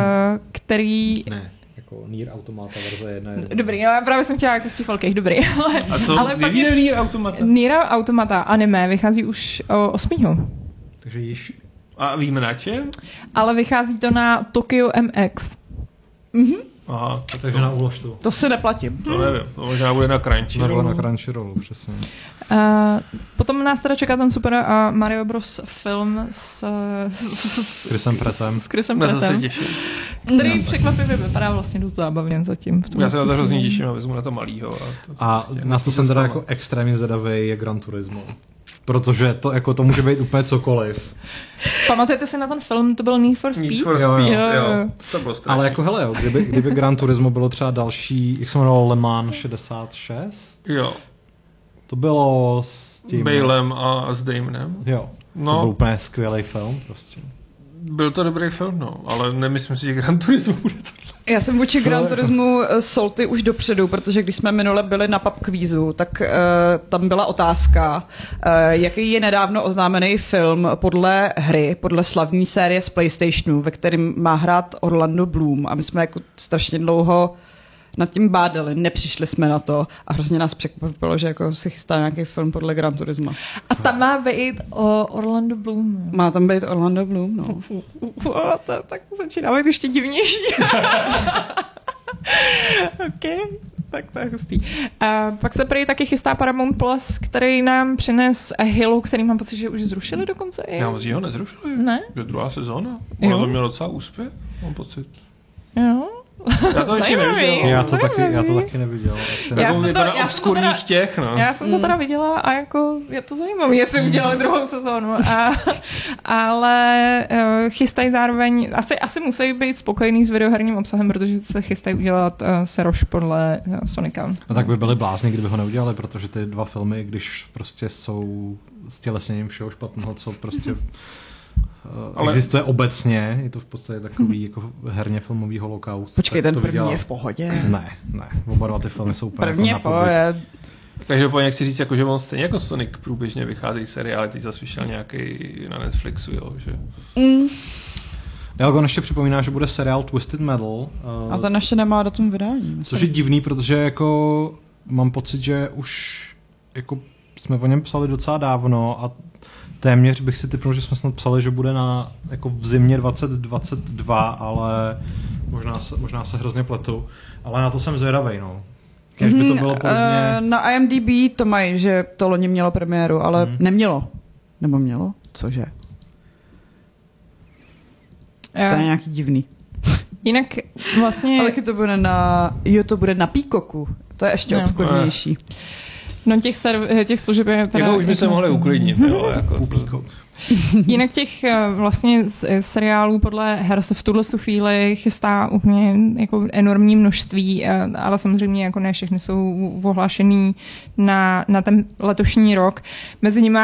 který...
Hmm. Ne, jako Nier Automata verze 1.
Dobrý, no já právě jsem chtěla jako z těch velkých, dobrý, [laughs] ale...
A co?
Ale
Ale
pak
Nevíde
je-
Nier Automata?
Niera Automata anime vychází už o 8.
Takže již
A víme na čem?
Ale vychází to na Tokyo MX.
Aha, tak
takže
to-
na úložtu.
To si neplatím.
To nevím, to možná bude na
Nebo
Crunchyroll.
na Crunchyrollu, přesně.
Uh, potom nás teda čeká ten super uh, Mario Bros. film s, eh, s, s, s,
Chrisem Prettem.
s Chrisem
Na to se
Prettem,
těším.
který překvapivě vypadá vlastně dost zábavně zatím. V tom
Já se na to
filmu.
hrozně těším a vezmu na to malýho. A, to
A
prostě
na co
nesmí
jsem teda
zklamat.
jako extrémně zvedavý je Gran Turismo. Protože to, jako, to může být úplně cokoliv.
Pamatujete si na ten film, to byl Need for Speed?
Need for
Jo, jo,
Speed,
jo.
To bylo strašný.
Ale jako hele, jo, kdyby, kdyby Gran Turismo bylo třeba další, jak se jmenovalo Le Mans 66,
Jo,
to bylo s tím...
Bailem a s Damonem.
Jo, no. to
No.
byl úplně skvělý film prostě.
Byl to dobrý film, no, ale nemyslím si, že Gran Turismo bude to.
Já jsem vůči Gran
No, jako-
Turismu eh, solty už dopředu, protože když jsme minule byli na pub kvízu, tak eh, tam byla otázka, eh, jaký je nedávno oznámený film podle hry, podle slavní série z PlayStationu, ve kterém má hrát Orlando Bloom. A my jsme jako strašně dlouho nad tím bádali, nepřišli jsme na to a hrozně nás překvapilo, že jako se chystá nějaký film podle Gran Turisma.
A tam má být o Orlando Bloom.
Má tam být Orlando Bloom, no.
Fu, fu, fu, a to, tak začíná být ještě divnější. [laughs] OK, tak to je hustý. A pak se prý taky chystá Paramount Plus, který nám přines Hillu, který mám pocit, že už zrušili dokonce i.
Já moc ho nezrušili.
Ne?
Je druhá sezóna.
Jo. [laughs]
Ono to mělo docela úspěch, mám pocit.
Jo.
Já to ještě
Zajímavý.
neviděl.
Já to,
Zajímavý.
taky, já to taky neviděl.
Já
Jako
jsem
je
to-
to na
já jsem to
obskurních
teda-
těch, no.
Já jsem to teda viděla a jako je to zajímavé,
Mm.
jestli udělali druhou sezónu. A, ale eh, chystají zároveň, asi, asi musí být spokojený s videoherním obsahem, protože se chystají udělat uh, Seroš podle uh, Sonika.
No tak by byli blázni, kdyby ho neudělali, protože ty dva filmy, když prostě jsou stělesněním všeho špatného, co prostě eh,
Ale-
existuje obecně, je to v podstatě takový jako herně filmový holokaust.
Počkej,
tak
ten
to
první
vydělá-
je v pohodě.
Ne, ne, oba dva ty filmy jsou úplně
První je
jako
v
na pobyt.
pohodě.
Každopádně chci říct, jako, že on stejně jako Sonic průběžně vycházejí seriály, teď zase vyšel nějaký na Netflixu, jo, že?
Mm.
Já on ještě připomíná, že bude seriál Twisted Metal, eh,
A ten ještě nemá datum vydání.
což je divný, protože jako mám pocit, že už jako jsme o něm psali docela dávno a téměř bych si typnul, že jsme snad psali, že bude na jako v zimě 2022, ale možná se, možná se hrozně pletu. Ale na to jsem zvědavej, no. Když by to bylo podobně...
Mhm, eh, Na IMDb to mají, že to loni mělo premiéru, ale
Mhm.
nemělo. Nebo mělo? Cože? To je
Eh,
nějaký divný.
Jinak vlastně...
Ale taky to bude na... Jo, to bude na Píkoku. To je ještě
No.
obskurnější.
No těch, serv, těch služeb je teda...
Jako už by se mohli
myslím.
uklidnit, jo,
[laughs]
jako.
Pupíko.
Jinak těch eh, vlastně z- seriálů podle her se v tuhle tu chvíli chystá úplně jako enormní množství, eh, ale samozřejmě jako ne všechny jsou ohlášený na, na ten letošní rok. Mezi nimi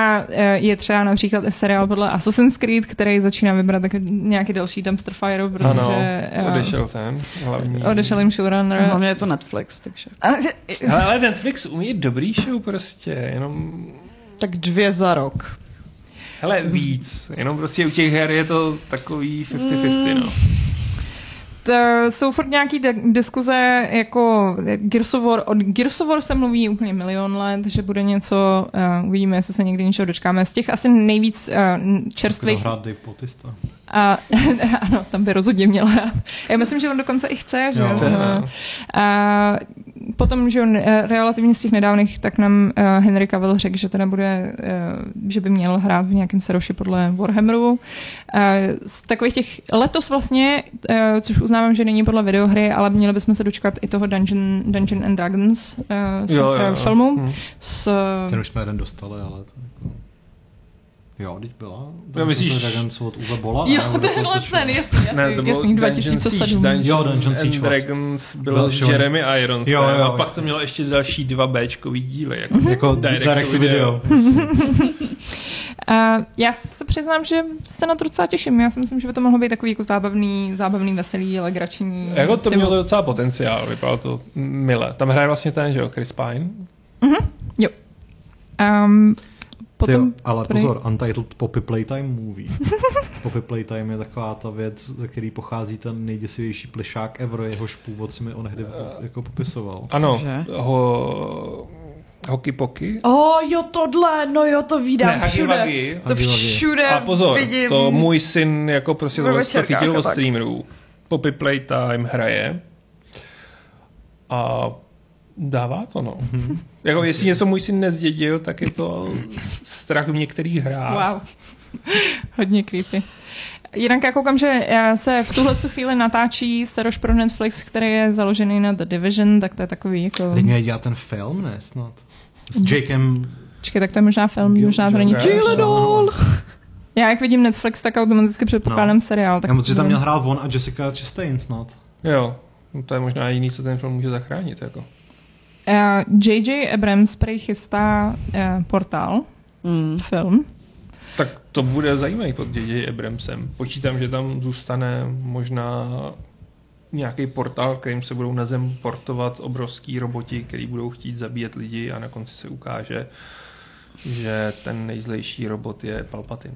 je třeba například i seriál podle Assassin's Creed, který začíná vybrat tak nějaký další dumpster fire, protože
Ano,
eh,
odešel ten hlavní.
odešel jim showrunner.
Hlavně je to Netflix, takže...
Hele, ale Netflix umí dobrý show prostě, jenom...
Tak dvě za rok.
Hele, víc. Jenom prostě u těch her je to takový
Mm.
50-50, no.
To Eh, jsou furt nějaký de- diskuze, jako Gears of War, od Gears of War se mluví úplně milion let, že bude něco, uh, uvidíme, jestli se někdy něčeho dočkáme. Z těch asi nejvíc uh,
Kdo
čerstvých
hrát Dave Bautista?
a, [laughs] ano, tam by rozhodně měl hrát. Já myslím, že on dokonce i chce, že
Jo.
jo.
Chce,
No.
no.
A potom, že on eh, relativně z těch nedávných, tak nám eh, Henry Cavill řekl, že teda bude, eh, že by měl hrát v nějakém seroši podle Warhammeru. Eh, Z takových těch letos vlastně, eh, což uznávám, že není podle videohry, ale měli bychom se dočkat i toho Dungeon, Dungeon and Dragons eh, s- eh, filmu.
Hm.
S,
Ten už jsme jeden dostali, ale to jako... Jo, teď byla.
Já myslíš-
Dungeons and Dragons od Uwe jako- Bola?
jo,
ne? Od-
tenhle
od-
ten, jasný, jasný,
Ne, to bylo
jasný
Dungeon Siege,
2007.
Dungeon,
Jo, Dungeon Siege
and
vlastně.
Dragons
Byl
byl s
show.
Jeremy Irons. eh,
Jo, jo,
a pak
vlastně.
to mělo ještě další dva Bčkový díly. Jako,
Jako direct,
direct
to
to
video.
Uh, já se přiznám, že se na to docela těším. Já si myslím, že by to mohlo být takový jako zábavný, zábavný, veselý, legrační.
jako to
Myslím,
mělo docela potenciál, vypadalo to mile. Tam hraje vlastně ten, že jo, Chris Pine.
Um,
Potom,
potom,
Ty, ale
prej-
pozor, Untitled Poppy Playtime
[laughs]
Movie. Poppy Playtime je taková ta věc, ze který pochází ten nejděsivější plišák ever, jehož původ si mi onehdy jako popisoval.
Ano,
Cože?
ho, Hoky Poky.
O, jo, tohle, no jo, to
Ne,
vydám
Hagi
všude.
Wagi.
To
Hagi Wagi.
všude
A pozor,
Prostě vidím.
to můj syn jako prostě
Ve
tohle to
večerkách
chytil
a
od
tak.
streamerů. Poppy Playtime hraje a dává to, no. Jako jestli něco můj syn nezdědil, tak je to strach v některých hrách.
wow. [laughs] Hodně creepy. Jinak já koukám, že eh, se v tuhle tu chvíli natáčí seroš pro Netflix, který je založený na The Division, tak to je takový jako...
Teď měl dělat ten film, ne snad? S Jakem...
Počkej, tak to je možná film,
Gil-
možná to není...
Gil-
seriál.
Gil-
Dol!
Já jak vidím Netflix, tak automaticky předpokládám
No.
seriál. Tak
Já moc, že tam
nevím.
měl hrát on a Jessica Chastain snad.
Jo, no to je možná jediný, co ten film může zachránit. Jako.
Eh, J.J. Abrams prej chystá eh, portál,
Mm.
film.
Tak to bude zajímavý pod J.J. Abramsem. Počítám, že tam zůstane možná nějaký portál, kterým se budou na zem portovat obrovský roboti, který budou chtít zabíjet lidi a na konci se ukáže, že ten nejzlejší robot je Palpatine.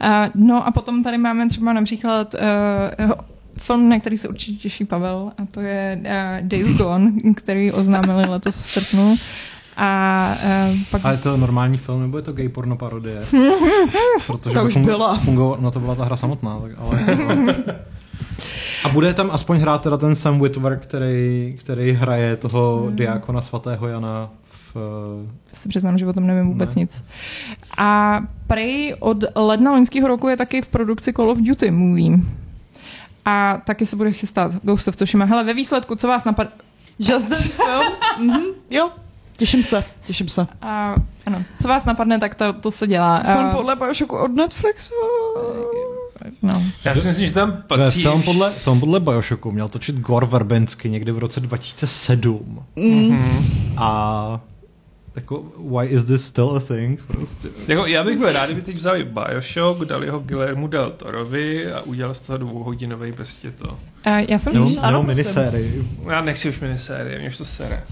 A, no a potom tady máme třeba například uh, film, na který se určitě těší Pavel, a to je uh, Days Gone, který oznámili letos v srpnu. A uh, pak...
A je to normální film, nebo je to gay porno parodie? Protože
Ta
by
už
fungo-
byla.
Fungo, no to byla ta hra samotná, tak ale... A bude tam aspoň hrát teda ten Sam Witwer, který, který hraje toho hmm. diákona svatého Jana v...
si přiznám, že o tom nevím vůbec ne.
Ne.
nic. A prej od ledna loňského roku je taky v produkci Call of Duty movie. a taky se bude chystat Ghost of Tsushima. Hele, ve výsledku, co vás napadne?
Just Dance [laughs] film? Mhm, jo. Těším se, těším se.
A, ano, co vás napadne, tak to, to se dělá. Eh,
Film
A-
podle Bioshocku od Netflixu.
No.
Já si myslím, že tam
Ve
patří...
film podle, film podle Bioshocku měl točit Gore Verbensky někdy v roce 2007.
Mhm.
A jako, why is this still a thing? Prostě.
Jako, já bych byl rád, kdyby teď vzali Bioshock, dali ho Guillermu del Torovi a udělal z toho dvouhodinový prostě to.
A Eh, já jsem
Jenom,
slyšela-
jenom
ano, prosím.
minisérii.
Já nechci už minisérie, mě už to sere.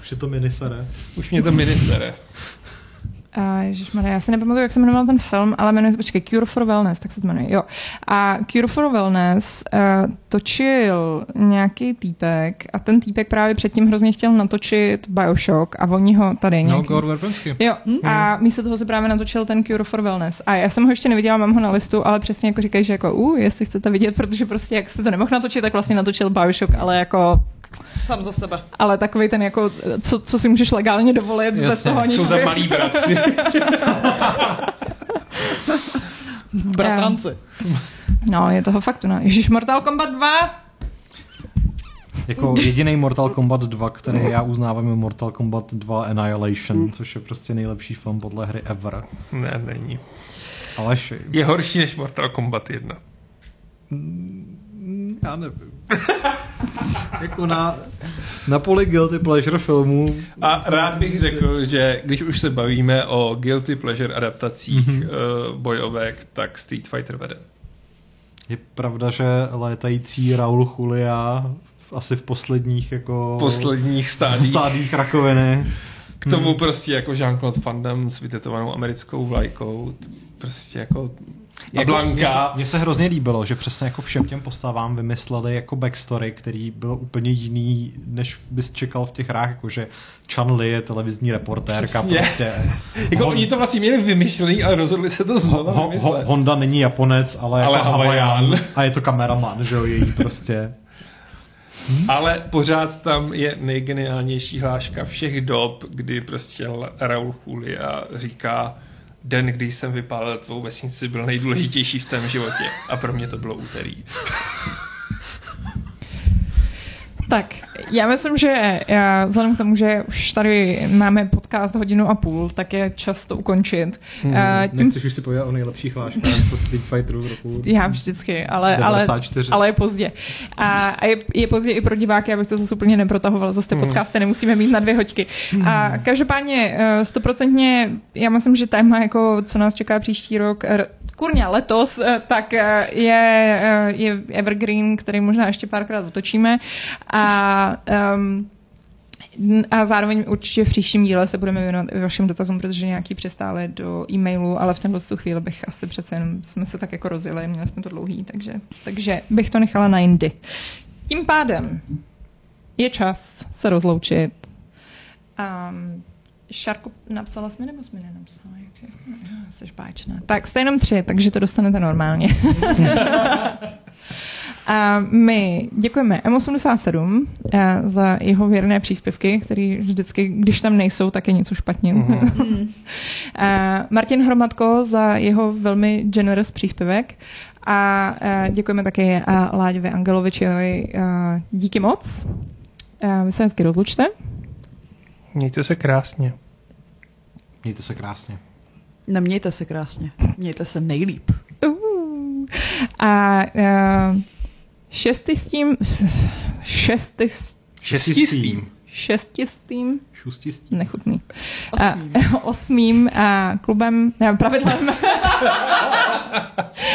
Už je to minisérie.
Už mě to minisere.
A ježišmarja, já si nepamatuju, jak se jmenoval ten film, ale jmenuje se, počkej, Cure for Wellness, tak se to jmenuje, jo. A Cure for Wellness uh, točil nějaký týpek a ten týpek právě předtím hrozně chtěl natočit Bioshock a oni ho tady
No,
nějaký...
Gore Verbensky.
Jo,
Hmm.
a místo toho se právě natočil ten Cure for Wellness. A já jsem ho ještě neviděla, mám ho na listu, ale přesně jako říkají, že jako, uh, jestli chcete vidět, protože prostě jak se to nemohl natočit, tak vlastně natočil Bioshock, ale jako,
Sám za sebe.
ale takový ten jako, co, co si můžeš legálně dovolit bez
Jasně,
toho, aniž
Jsou tam
by-
malí bratři.
Bratranci.
No, je toho fakt, no. Ježíš, Mortal Kombat 2?
[laughs] Jako jediný Mortal Kombat 2, který já uznávám, je Mortal Kombat 2 Annihilation, což je prostě nejlepší film podle hry ever.
[laughs] ne, není.
Aleši.
Je horší než Mortal Kombat 1.
Já nevím. [laughs] jako na, na poli guilty pleasure filmů.
A rád bych řekl, že když už se bavíme o guilty pleasure adaptacích mm-hmm. uh, bojovek, tak Street Fighter vede.
Je pravda, že létající Raul Julia asi v posledních jako...
Posledních stádí.
stádích rakoviny.
K tomu hmm. prostě jako Jean-Claude Van Damme s vytetovanou americkou vlajkou, t- prostě jako a
Mně se,
Blanka.
mně se hrozně líbilo, že přesně jako všem těm postavám vymysleli jako backstory, který byl úplně jiný, než bys čekal v těch hrách, jako že Chan Li je televizní reportérka
Přesně.
prostě.
[laughs] Jako
Hon-
oni to vlastně měli vymyšlený, ale rozhodli se to
Ho,
znovu
ho, ho,
vymyslet.
Honda není Japonec,
Ale
ale, ale jako
Havajan.
Havajan. A je to kameraman, že jo, její prostě.
Ale pořád tam je nejgeniálnější hláška všech dob, kdy prostě L- Raul Julia říká den, kdy jsem vypálil tvou vesnici, byl nejdůležitější v tém životě. A pro mě to bylo úterý.
Tak, já myslím, že já, vzhledem k tomu, že už tady máme podcast hodinu a půl, tak je čas to ukončit. Hmm, tím,
už si povědět o nejlepších hláškách po Street Fighteru z roku
já vždycky, ale, ale,
94.
ale je pozdě. A, a je, je pozdě i pro diváky, abych to zase úplně neprotahovala, zase ty podcasty nemusíme mít na dvě hoďky. A každopádně eh, stoprocentně, já myslím, že téma, jako co nás čeká příští rok, eh, kurňa letos, eh, tak eh, je, eh, je Evergreen, který možná ještě párkrát otočíme. A um, a zároveň určitě v příštím díle se budeme věnovat i vašim dotazům, protože nějaký přestále do e-mailu, ale v tenhle tu chvíli bych asi přece jenom jsme se tak jako rozjeli, měli jsme to dlouhý, takže, takže bych to nechala na jindy. Tím pádem je čas se rozloučit. Um, Šarku, napsala jsi mi nebo jsi mi nenapsala? Jak je? Ah, Jsi báječná. Tak jste jenom tři, takže to dostanete normálně. [laughs] A my děkujeme M87 eh, za jeho věrné příspěvky, které vždycky, když tam nejsou, tak je něco špatně. Mm-hmm. [laughs] Martin Hromadko za jeho velmi generous příspěvek a eh, děkujeme také eh, Láďovi Angelovičovi. eh, Díky moc. Eh, Vy se hezky rozlučte.
Mějte se krásně.
Mějte se krásně.
Nemějte No, se krásně. Mějte se nejlíp.
Uh. A uh, šestistým... Šestist,
Šestistým.
šestistým
Šustistým.
nechutný. Osmým, a, [laughs] osmým a klubem, ne, pravidlem,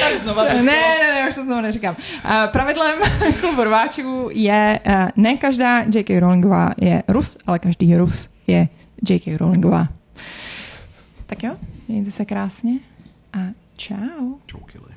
Tak znova
ne, ne, ne, už to znovu neříkám. A, pravidlem [laughs] klubu rváčů je, eh, ne každá J.K. Rowlingová je Rus, ale každý Rus je J.K. Rowlingová. Tak jo, mějte se krásně a čau.
Čoukili.